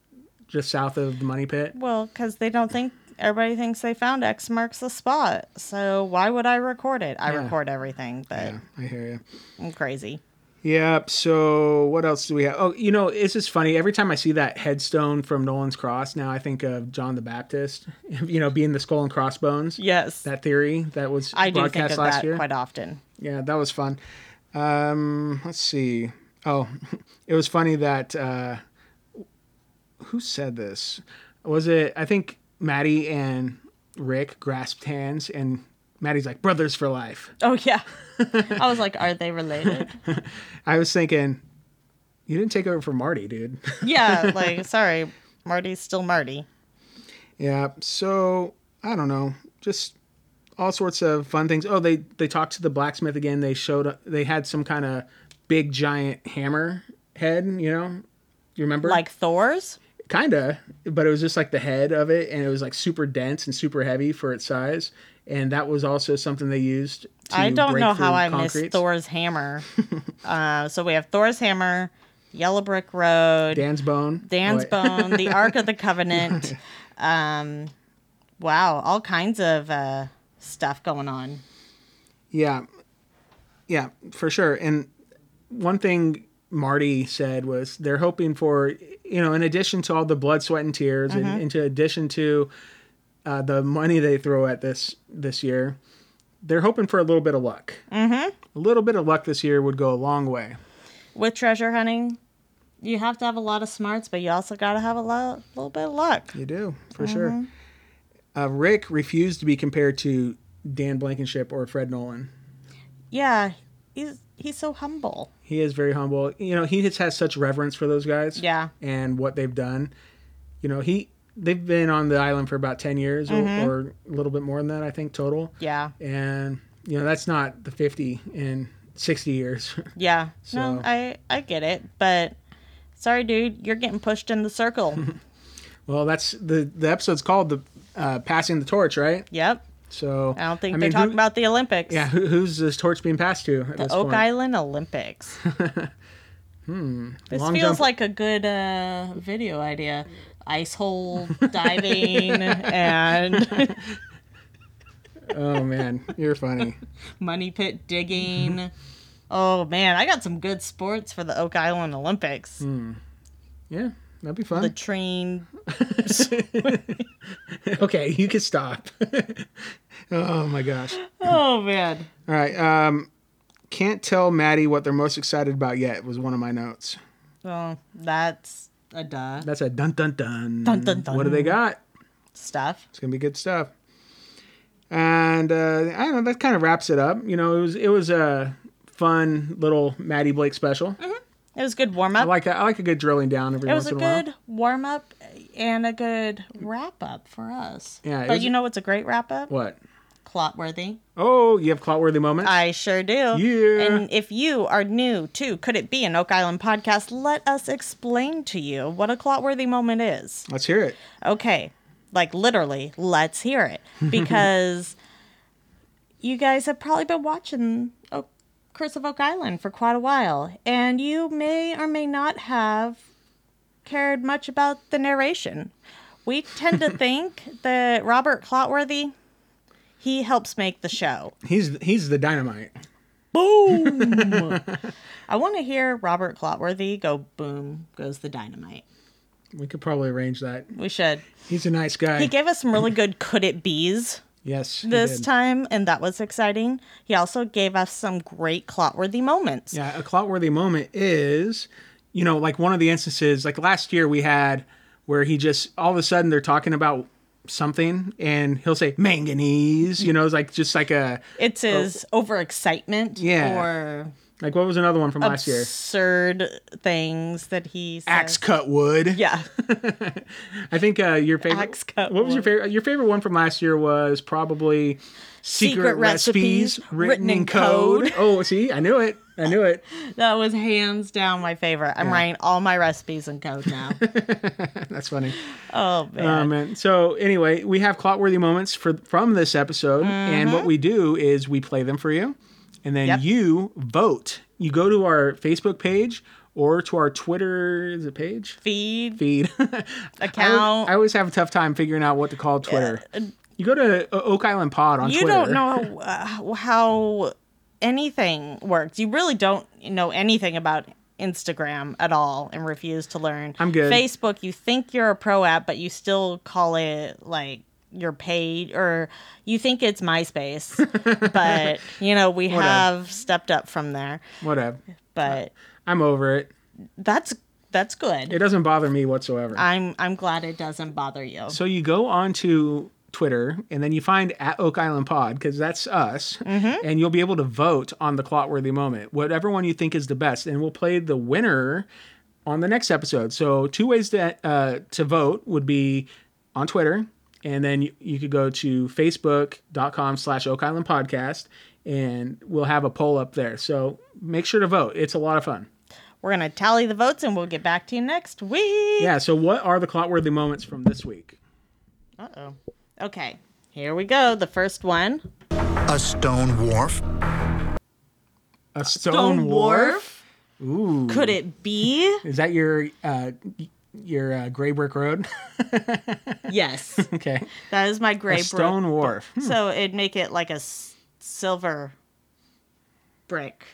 C: just south of the money pit.
B: Well, because they don't think everybody thinks they found X marks the spot. So why would I record it? I
C: Yeah.
B: record everything, but
C: I hear you.
B: I'm crazy.
C: Yep. So what else do we have? Oh, you know, it's just funny. Every time I see that headstone from Nolan's Cross, now I think of John the Baptist. You know, being the skull and crossbones.
B: Yes.
C: That theory that was
B: I do think
C: broadcast
B: of
C: last
B: that
C: year.
B: quite often.
C: Yeah, that was fun. Um, let's see. Oh, it was funny that uh, who said this? Was it? I think Maddie and Rick grasped hands, and Maddie's like brothers for life.
B: Oh yeah. I was like, are they related?
C: I was thinking, you didn't take over for Marty, dude.
B: Yeah, like sorry, Marty's still Marty.
C: Yeah. So I don't know. Just all sorts of fun things. Oh, they they talked to the blacksmith again. They showed they had some kind of big giant hammer head. You know, you remember
B: Like Thor's?
C: Kinda, but it was just like the head of it, and it was like super dense and super heavy for its size. And that was also something they used. To
B: I don't
C: break
B: know how
C: through
B: I missed
C: concretes.
B: Thor's hammer. uh, so we have Thor's hammer, Yellow Brick Road,
C: Dan's bone.
B: Dan's
C: Boy.
B: bone, the Ark of the Covenant. Um, wow, all kinds of uh, stuff going on.
C: Yeah. Yeah, for sure. And one thing Marty said was they're hoping for, you know, in addition to all the blood, sweat, and tears,
L: Mhm.
B: Mm-hmm.
C: and in addition to uh, the money they throw at this this year, they're hoping for a little bit of luck.
B: Mm-hmm.
C: A little bit of luck this year would go a long way.
B: With treasure hunting, you have to have a lot of smarts, but you also got to have a lot, little bit of luck.
C: You do, for sure.
B: Mm-hmm.
C: Uh, Rick refused to be compared to Dan Blankenship or Fred Nolan.
B: Yeah, he's he's so humble.
C: He is very humble. You know, he just has such reverence for those guys.
B: Yeah.
C: And what they've done. You know, he they've been on the island for about ten years
B: Mhm.
C: or, or a little bit more than that, I think, total.
B: Yeah,
C: And you know, that's not the fifty and sixty years.
B: yeah.
C: So-
B: No, I I get it, but sorry, dude, you're getting pushed in the circle.
C: well, that's the the episode's called the uh, passing the torch, right?
B: yep.
C: So
B: I don't think
C: I
B: they're
C: mean,
B: talking
C: who-
B: about the Olympics.
C: Yeah, who, who's this torch being passed to at this
B: the Oak
C: point?
B: Island Olympics.
C: Hmm.
B: This
C: Long
B: feels
C: jump-
B: like a good uh, video idea. Ice hole diving and
C: Oh man, you're funny.
B: money pit digging. oh man, I got some good sports for the Oak Island Olympics.
C: Hmm. Yeah, that'd be fun.
B: The train.
C: okay, you can stop. oh my gosh.
B: Oh man.
C: All right. Um, can't tell Maddie what they're most excited about yet was one of my notes.
B: Well, that's a duh.
C: That's a dun dun dun.
B: Dun, dun, dun.
C: What do they got?
B: Stuff.
C: It's gonna be good stuff. And uh, I don't know. That kind of wraps it up. You know, it was it was a fun little Maddie Blake special.
B: It was good warm
C: I
B: up.
C: like a, I like a good drilling down every
B: It
C: once
B: was a
C: in a while.
B: good warm up and a good wrap up for us.
C: Yeah, it
B: but
C: was-
B: you know what's a great wrap up?
C: What?
B: Clotworthy.
C: Oh, you have clotworthy moments.
B: I sure do.
C: Yeah.
B: And if you are new to Could It Be an Oak Island podcast, let us explain to you what a clotworthy moment is.
C: Let's hear it.
B: Okay. Like literally, let's hear it. Because you guys have probably been watching Oak, Curse of Oak Island for quite a while, and you may or may not have cared much about the narration. We tend to think that Robert Clotworthy, he helps make the show.
C: He's he's the dynamite.
B: Boom! I want to hear Robert Clotworthy go boom goes the dynamite.
C: We could probably arrange that.
B: We should.
C: He's a nice guy.
B: He gave us some really good could it bees
C: yes. he
B: this
C: did.
B: time, and that was exciting. He also gave us some great Clotworthy moments.
C: Yeah, a clotworthy moment is, you know, like one of the instances, like last year we had where he just all of a sudden they're talking about something and he'll say manganese, you know, it's like just like a
B: It's his overexcitement
C: Oh. Yeah.
B: or
C: Like what was another one from last year?
B: Absurd things that he says.
C: Axe cut wood.
B: Yeah.
C: I think uh, your favorite.
B: Axe cut
C: What was your favorite? Your favorite one from last year was probably secret,
B: Secret
C: recipes,
B: recipes
C: written in code. oh, see, I knew it. I knew it.
B: That was hands down my favorite. I'm
C: Yeah.
B: writing all my recipes in code now.
C: That's funny.
B: oh man.
C: Oh man. So anyway, we have clotworthy moments for from this episode, and what we do is we play them for you, and then
B: Mm-hmm. Yep.
C: you vote. You go to our Facebook page or to our Twitter is it page
B: Feed
C: feed. I, always,
B: account.
C: I always have a tough time figuring out what to call Twitter. You go to uh, Oak Island Pod on
B: uh, you don't
C: Twitter.
B: know uh, how anything works. You really don't know anything about Instagram at all and refuse to learn.
C: I'm good.
B: Facebook, you think you're a pro app, but you still call it like your page or you think it's MySpace. but, you know, we
C: Whatever.
B: have stepped up from there.
C: Whatever.
B: But
C: I'm over it.
B: that's that's good.
C: It doesn't bother me whatsoever.
B: I'm I'm glad it doesn't bother you.
C: So you go on to Twitter and then you find at Oak Island Pod because that's us, and you'll be able to vote on the clotworthy moment, whatever one you think is the best, and we'll play the winner on the next episode. So two ways to uh, to vote would be on Twitter, and then you, you could go to facebook.com slash Oak Island Podcast, and we'll have a poll up there. So make sure to vote; it's a lot of fun.
B: We're gonna tally the votes and we'll get back to you next week.
C: Yeah. So what are the clotworthy moments from this week?
B: Uh oh. Okay. Here we go. The first one.
E: A stone wharf?
C: A stone, Ooh.
B: Could it be?
C: Is that your uh, y- your uh, Gray Brick Road?
B: yes.
C: okay,
B: That is my
C: A
B: gray brick.
C: Stone Wharf. Hmm.
B: So it'd make it like a s- silver brick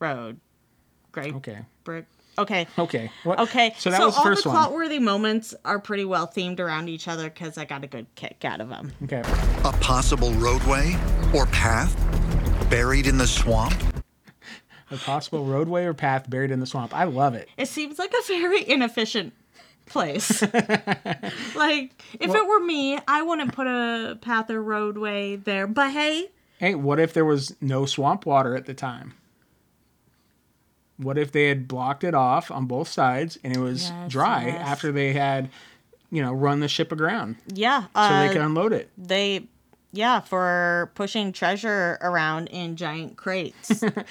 B: road. Gray
C: Okay,
B: brick. Okay.
C: okay, what?
B: Okay.
C: So that was the
B: all
C: first
B: the
C: one.
B: clot-worthy moments are pretty well themed around each other because I got a good kick out of them.
C: Okay,
E: A possible roadway or path buried in the swamp?
C: a possible roadway or path buried in the swamp. I love it.
B: It seems like a very inefficient place. like if it were me, I wouldn't put a path or roadway there. But hey,
C: Hey, what if there was no swamp water at the time? What if they had blocked it off on both sides and it was
B: Yes,
C: dry
B: yes.
C: after they had, you know, run the ship aground
B: yeah.
C: so
B: uh,
C: they could unload it?
B: they yeah for pushing treasure around in giant crates that's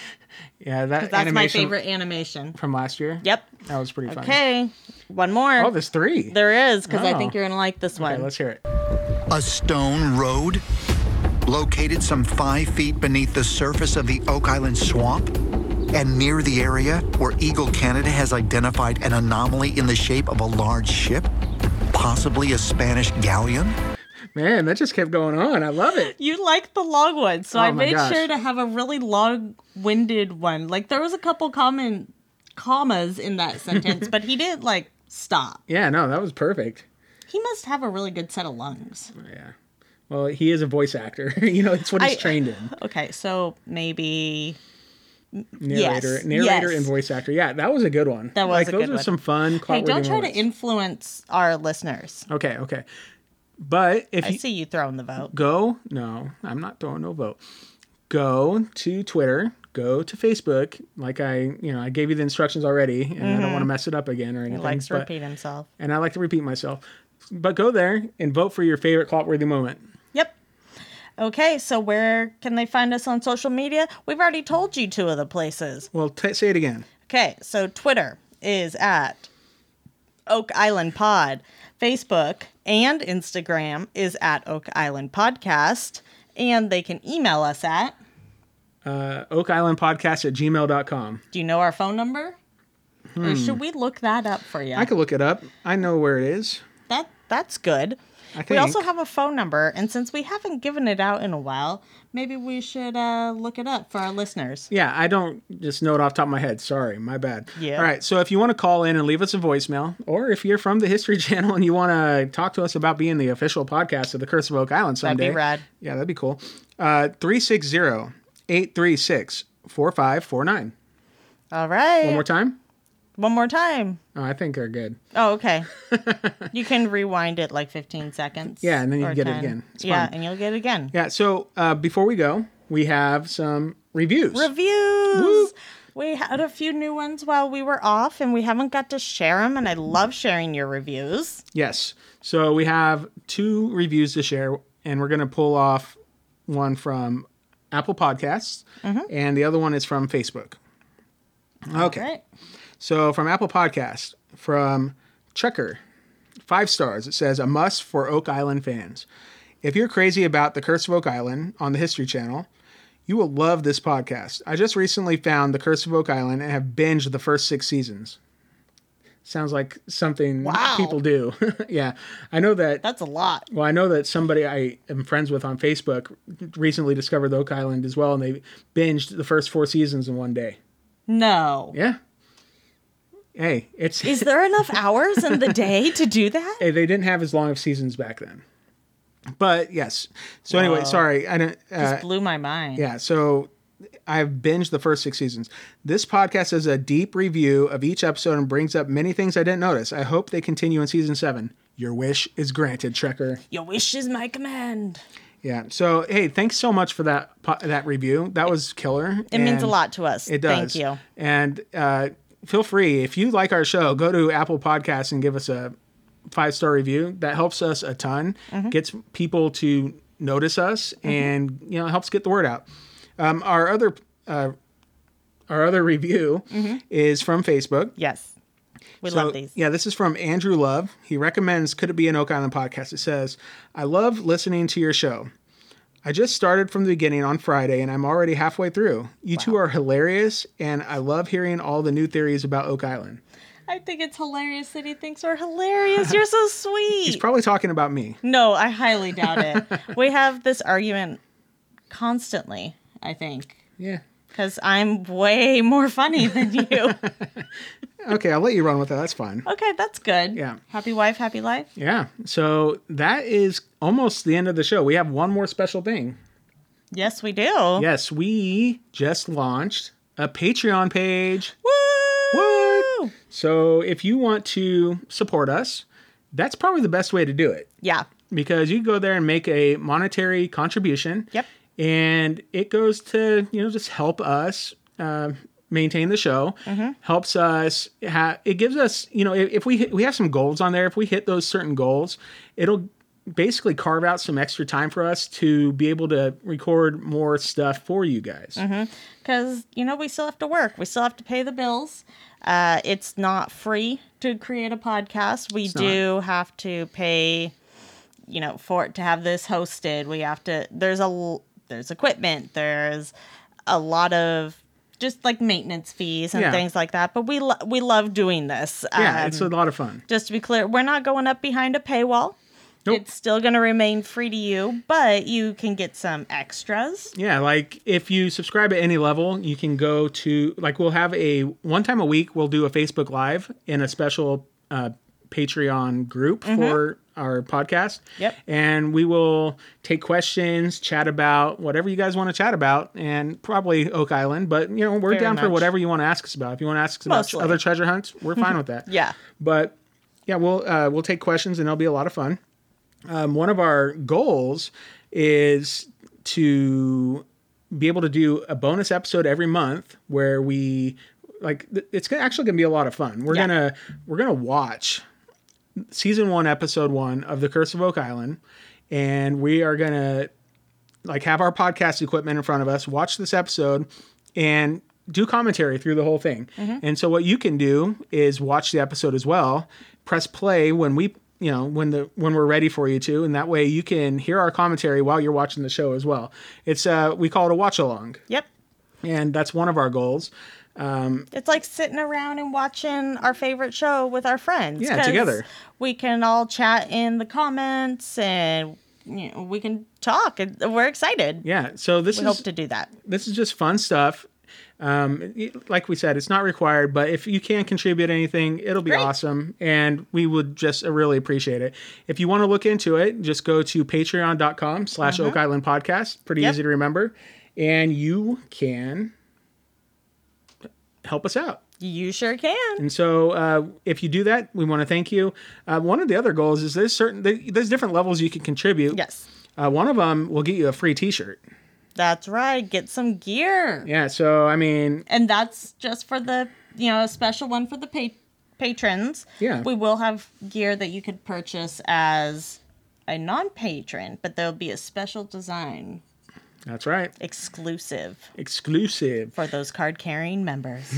C: Yeah, that animation
B: my favorite animation
C: from last year.
B: yep
C: that was pretty funny.
B: okay one more
C: Oh, there's three.
B: there is because i
C: Oh.
B: think you're gonna like this one
C: Okay, let's hear it.
E: A stone road? Located some five feet beneath the surface of the Oak Island swamp? And near the area where Eagle Canada has identified an anomaly in the shape of a large ship? Possibly a Spanish galleon?
C: Man, that just kept going on. I love it.
B: you like the long one so
C: Oh
B: i
C: my
B: made
C: gosh.
B: sure to have a really long-winded one like there was a couple common commas in that sentence but he didn't like stop
C: Yeah, no, that was perfect.
B: he must have a really good set of lungs
C: Yeah. Well, he is a voice actor. you know, it's what he's
B: I-
C: trained in.
B: okay so maybe
C: Narrator,
B: Yes,
C: narrator,
B: yes.
C: and voice actor. Yeah, that was a good one.
B: That was
C: like
B: a
C: those
B: good
C: are
B: one.
C: some fun.
B: hey don't
C: clockworthy
B: try to
C: moments.
B: influence our listeners
C: okay, okay. But if
B: i
C: you
B: see you throwing the vote
C: go, no, I'm not throwing no vote. Go to Twitter. Go to Facebook. Like I, you know, I gave you the instructions already, and I don't want to mess it up again or anything.
B: Mm-hmm. He likes to
C: but-
B: repeat himself.
C: and I like to repeat myself. But go there and vote for your favorite clockworthy moment.
B: Yep. Okay, so where can they find us on social media? We've already told you two of the places.
C: Well, t- say it again.
B: Okay, so Twitter is at Oak Island Pod. Facebook and Instagram is at Oak Island Podcast. And they can email us at,
C: Oak Island Podcast at gmail.com.
B: do you know our phone number? Or should we look that up for you?
C: Hmm. I could look it up. I know where it is.
B: that that's good.
C: I
B: We
C: think.
B: also have a phone number, and since we haven't given it out in a while, maybe we should uh, look it up for our listeners.
C: Yeah, I don't just know it off the top of my head. Sorry, my bad.
B: Yeah.
C: All right. So if you want to call in and leave us a voicemail, or if you're from the History Channel and you want to talk to us about being the official podcast of the Curse of Oak Island
B: That'd
C: someday,
B: be rad.
C: Yeah, that'd be cool. Uh, 360 836 4549.
B: All right.
C: One more time.
B: One more time.
C: Oh, I think they're good.
B: Oh, okay. you can rewind it like 15 seconds.
C: Yeah, and then you
B: or
C: get it again. It's
B: yeah,
C: fun.
B: and you'll get it again.
C: Yeah. So uh, before we go, we have some reviews.
B: Reviews. We had a few new ones while we were off, and we haven't got to share them. And I love sharing your reviews.
C: Yes. So we have two reviews to share, and we're going to pull off one from Apple Podcasts, and the other one is from Facebook. Okay. So from Apple Podcast, from Checker, five stars. It says a must for Oak Island fans. If you're crazy about the Curse of Oak Island on the History Channel, you will love this podcast. I just recently found the Curse of Oak Island and have binged the first six seasons. Sounds like something
B: Wow.
C: people do. yeah, I know that.
B: That's a lot.
C: Well, I know that somebody I am friends with on Facebook recently discovered Oak Island as well, and they binged the first four seasons in one day.
B: No.
C: Yeah. Hey, it's
B: Is there enough hours in the day to do that?
C: Hey, eh, they didn't have as long of seasons back then. But yes. So anyway,
B: Whoa.
C: sorry. I don't. Uh,
B: Just blew my mind.
C: yeah. So I've binged the first six seasons. This podcast is a deep review of each episode and brings up many things I didn't notice. I hope they continue in season seven. Your wish is granted, Trekker.
B: Your wish is my command.
C: Yeah. So hey, thanks so much for that po- that review. That was killer.
B: It means a lot to us.
C: It does.
B: Thank you.
C: And uh, feel free if you like our show, go to Apple Podcasts and give us a five star review. That helps us a ton.
B: Mm-hmm.
C: Gets people to notice us, and you know helps get the word out. Um, our other uh, our other review
B: Mm-hmm.
C: is from Facebook.
B: Yes. We
C: So,
B: love these.
C: Yeah, this is from Andrew Love. He recommends Could It Be an Oak Island podcast? It says, I love listening to your show. I just started from the beginning on Friday and I'm already halfway through. You two are hilarious and I love hearing all the new theories about Oak Island.
B: I think it's hilarious that he thinks we're hilarious. You're so sweet.
C: He's probably talking about me.
B: no, I highly doubt it. we have this argument constantly, I think,
C: Yeah.
B: because I'm way more funny than you.
C: Okay, I'll let you run with that. That's fine.
B: okay, that's good.
C: Yeah.
B: Happy wife, happy life.
C: Yeah. So that is almost the end of the show. We have one more special thing.
B: Yes, we do.
C: Yes, we just launched a Patreon page.
B: Woo!
C: So if you want to support us, that's probably the best way to do it
B: Yeah.
C: because you go there and make a monetary contribution.
B: Yep.
C: And it goes to, you know, just help us uh, maintain the show,
B: Mm-hmm.
C: helps us, ha- it gives us, you know, if, if we hit, we have some goals on there, if we hit those certain goals, it'll basically carve out some extra time for us to be able to record more stuff for you guys.
B: Mm-hmm. because you know we still have to work we still have to pay the bills uh, it's not free to create a podcast we do have to pay you know for it to have this hosted we have to there's a l- there's equipment there's a lot of just like maintenance fees and
C: Yeah.
B: things like that but we lo- we love doing this
C: Yeah,
B: Um,
C: it's a lot of fun.
B: just to be clear we're not going up behind a paywall
C: Nope.
B: it's still going to remain free to you but you can get some extras
C: Yeah, like if you subscribe at any level, you can go to like we'll have a one time a week we'll do a Facebook live in a special uh, Patreon group for our podcast.
B: Mm-hmm. Yep.
C: And we will take questions, chat about whatever you guys want to chat about, and probably Oak Island. But you know we're
B: Very
C: down for
B: much.
C: whatever you want to ask us about. If you want to ask us
B: Mostly.
C: about other treasure hunts, we're fine with that.
B: yeah
C: But yeah, we'll uh, we'll take questions and it'll be a lot of fun. Um, one of our goals is to be able to do a bonus episode every month where we like th- it's gonna- actually going to be a lot of fun. We're
B: Yeah.
C: gonna we're gonna watch season one, episode one of The Curse of Oak Island, and we are gonna like have our podcast equipment in front of us, watch this episode, and do commentary through the whole thing.
B: Mm-hmm.
C: And so what you can do is watch the episode as well, press play when we you know when the when we're ready for you to, and that way you can hear our commentary while you're watching the show as well. It's uh we call it a watch along,
B: yep
C: and that's one of our goals.
B: It's like sitting around and watching our favorite show with our friends.
C: Yeah,
B: 'cause
C: together.
B: We can all chat in the comments and you know, we can talk. and We're excited.
C: Yeah, so this
B: We
C: is
B: hope to do that.
C: this is just fun stuff. Um, it- like we said, it's not required, but if you can contribute anything, it'll be
B: Great.
C: awesome, and we would just uh, really appreciate it. If you want to look into it, just go to Patreon.com/slash Oak Island Podcast. Pretty
B: Uh-huh. Yep.
C: easy to remember, and you can help us out.
B: You sure can.
C: And so, uh, if you do that, we want to thank you. Uh, one of the other goals is there's certain there's different levels you can contribute.
B: Yes.
C: Uh, one of them will get you a free T-shirt.
B: That's right. Get some gear.
C: Yeah, so I mean,
B: And that's just for the, you know, a special one for the pa- patrons.
C: Yeah.
B: We will have gear that you could purchase as a non patron, but there'll be a special design
C: that's right.
B: exclusive
C: Exclusive.
B: for those card carrying members.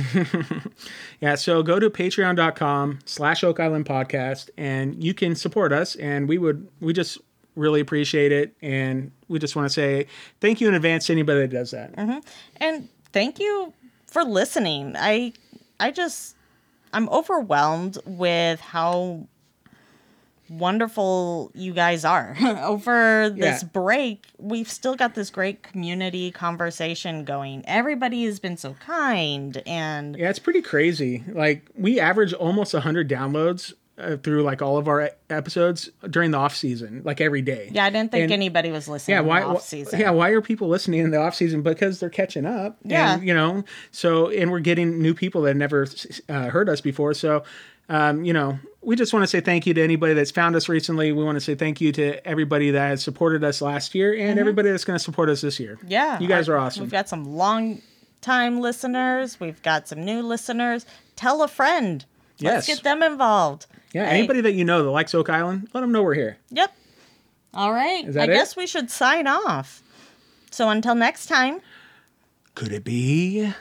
C: Yeah, so go to patreon.com slash Oak Island Podcast and you can support us and we would we just really appreciate it and we just want to say thank you in advance to anybody that does that. Uh-huh.
B: and thank you for listening. I I just I'm overwhelmed with how wonderful you guys are. Over this
C: Yeah.
B: break, we've still got this great community conversation going. Everybody has been so kind and
C: Yeah, it's pretty crazy. Like we average almost 100 downloads uh, through like all of our e- episodes during the off season, like every day.
B: yeah, I didn't think
C: And-
B: anybody was listening
C: yeah, why?
B: in the off season.
C: Yeah, why are people listening in the off season? Because they're catching up. and,
B: Yeah.
C: you know. So, and we're getting new people that never uh, heard us before. So, um, you know, we just want to say thank you to anybody that's found us recently. We want to say thank you to everybody that has supported us last year and everybody that's going to support us this year.
B: Mm-hmm. Yeah.
C: you guys
B: I-
C: are awesome.
B: We've got some long time listeners. We've got some new listeners. Tell a friend. Let's
C: Yes.
B: get them involved.
C: yeah,
B: Hey,
C: anybody that you know that likes Oak Island, let them know we're here.
B: Yep. All right.
C: Is that
B: I
C: it?
B: guess we should sign off. So until next time.
C: Could it be?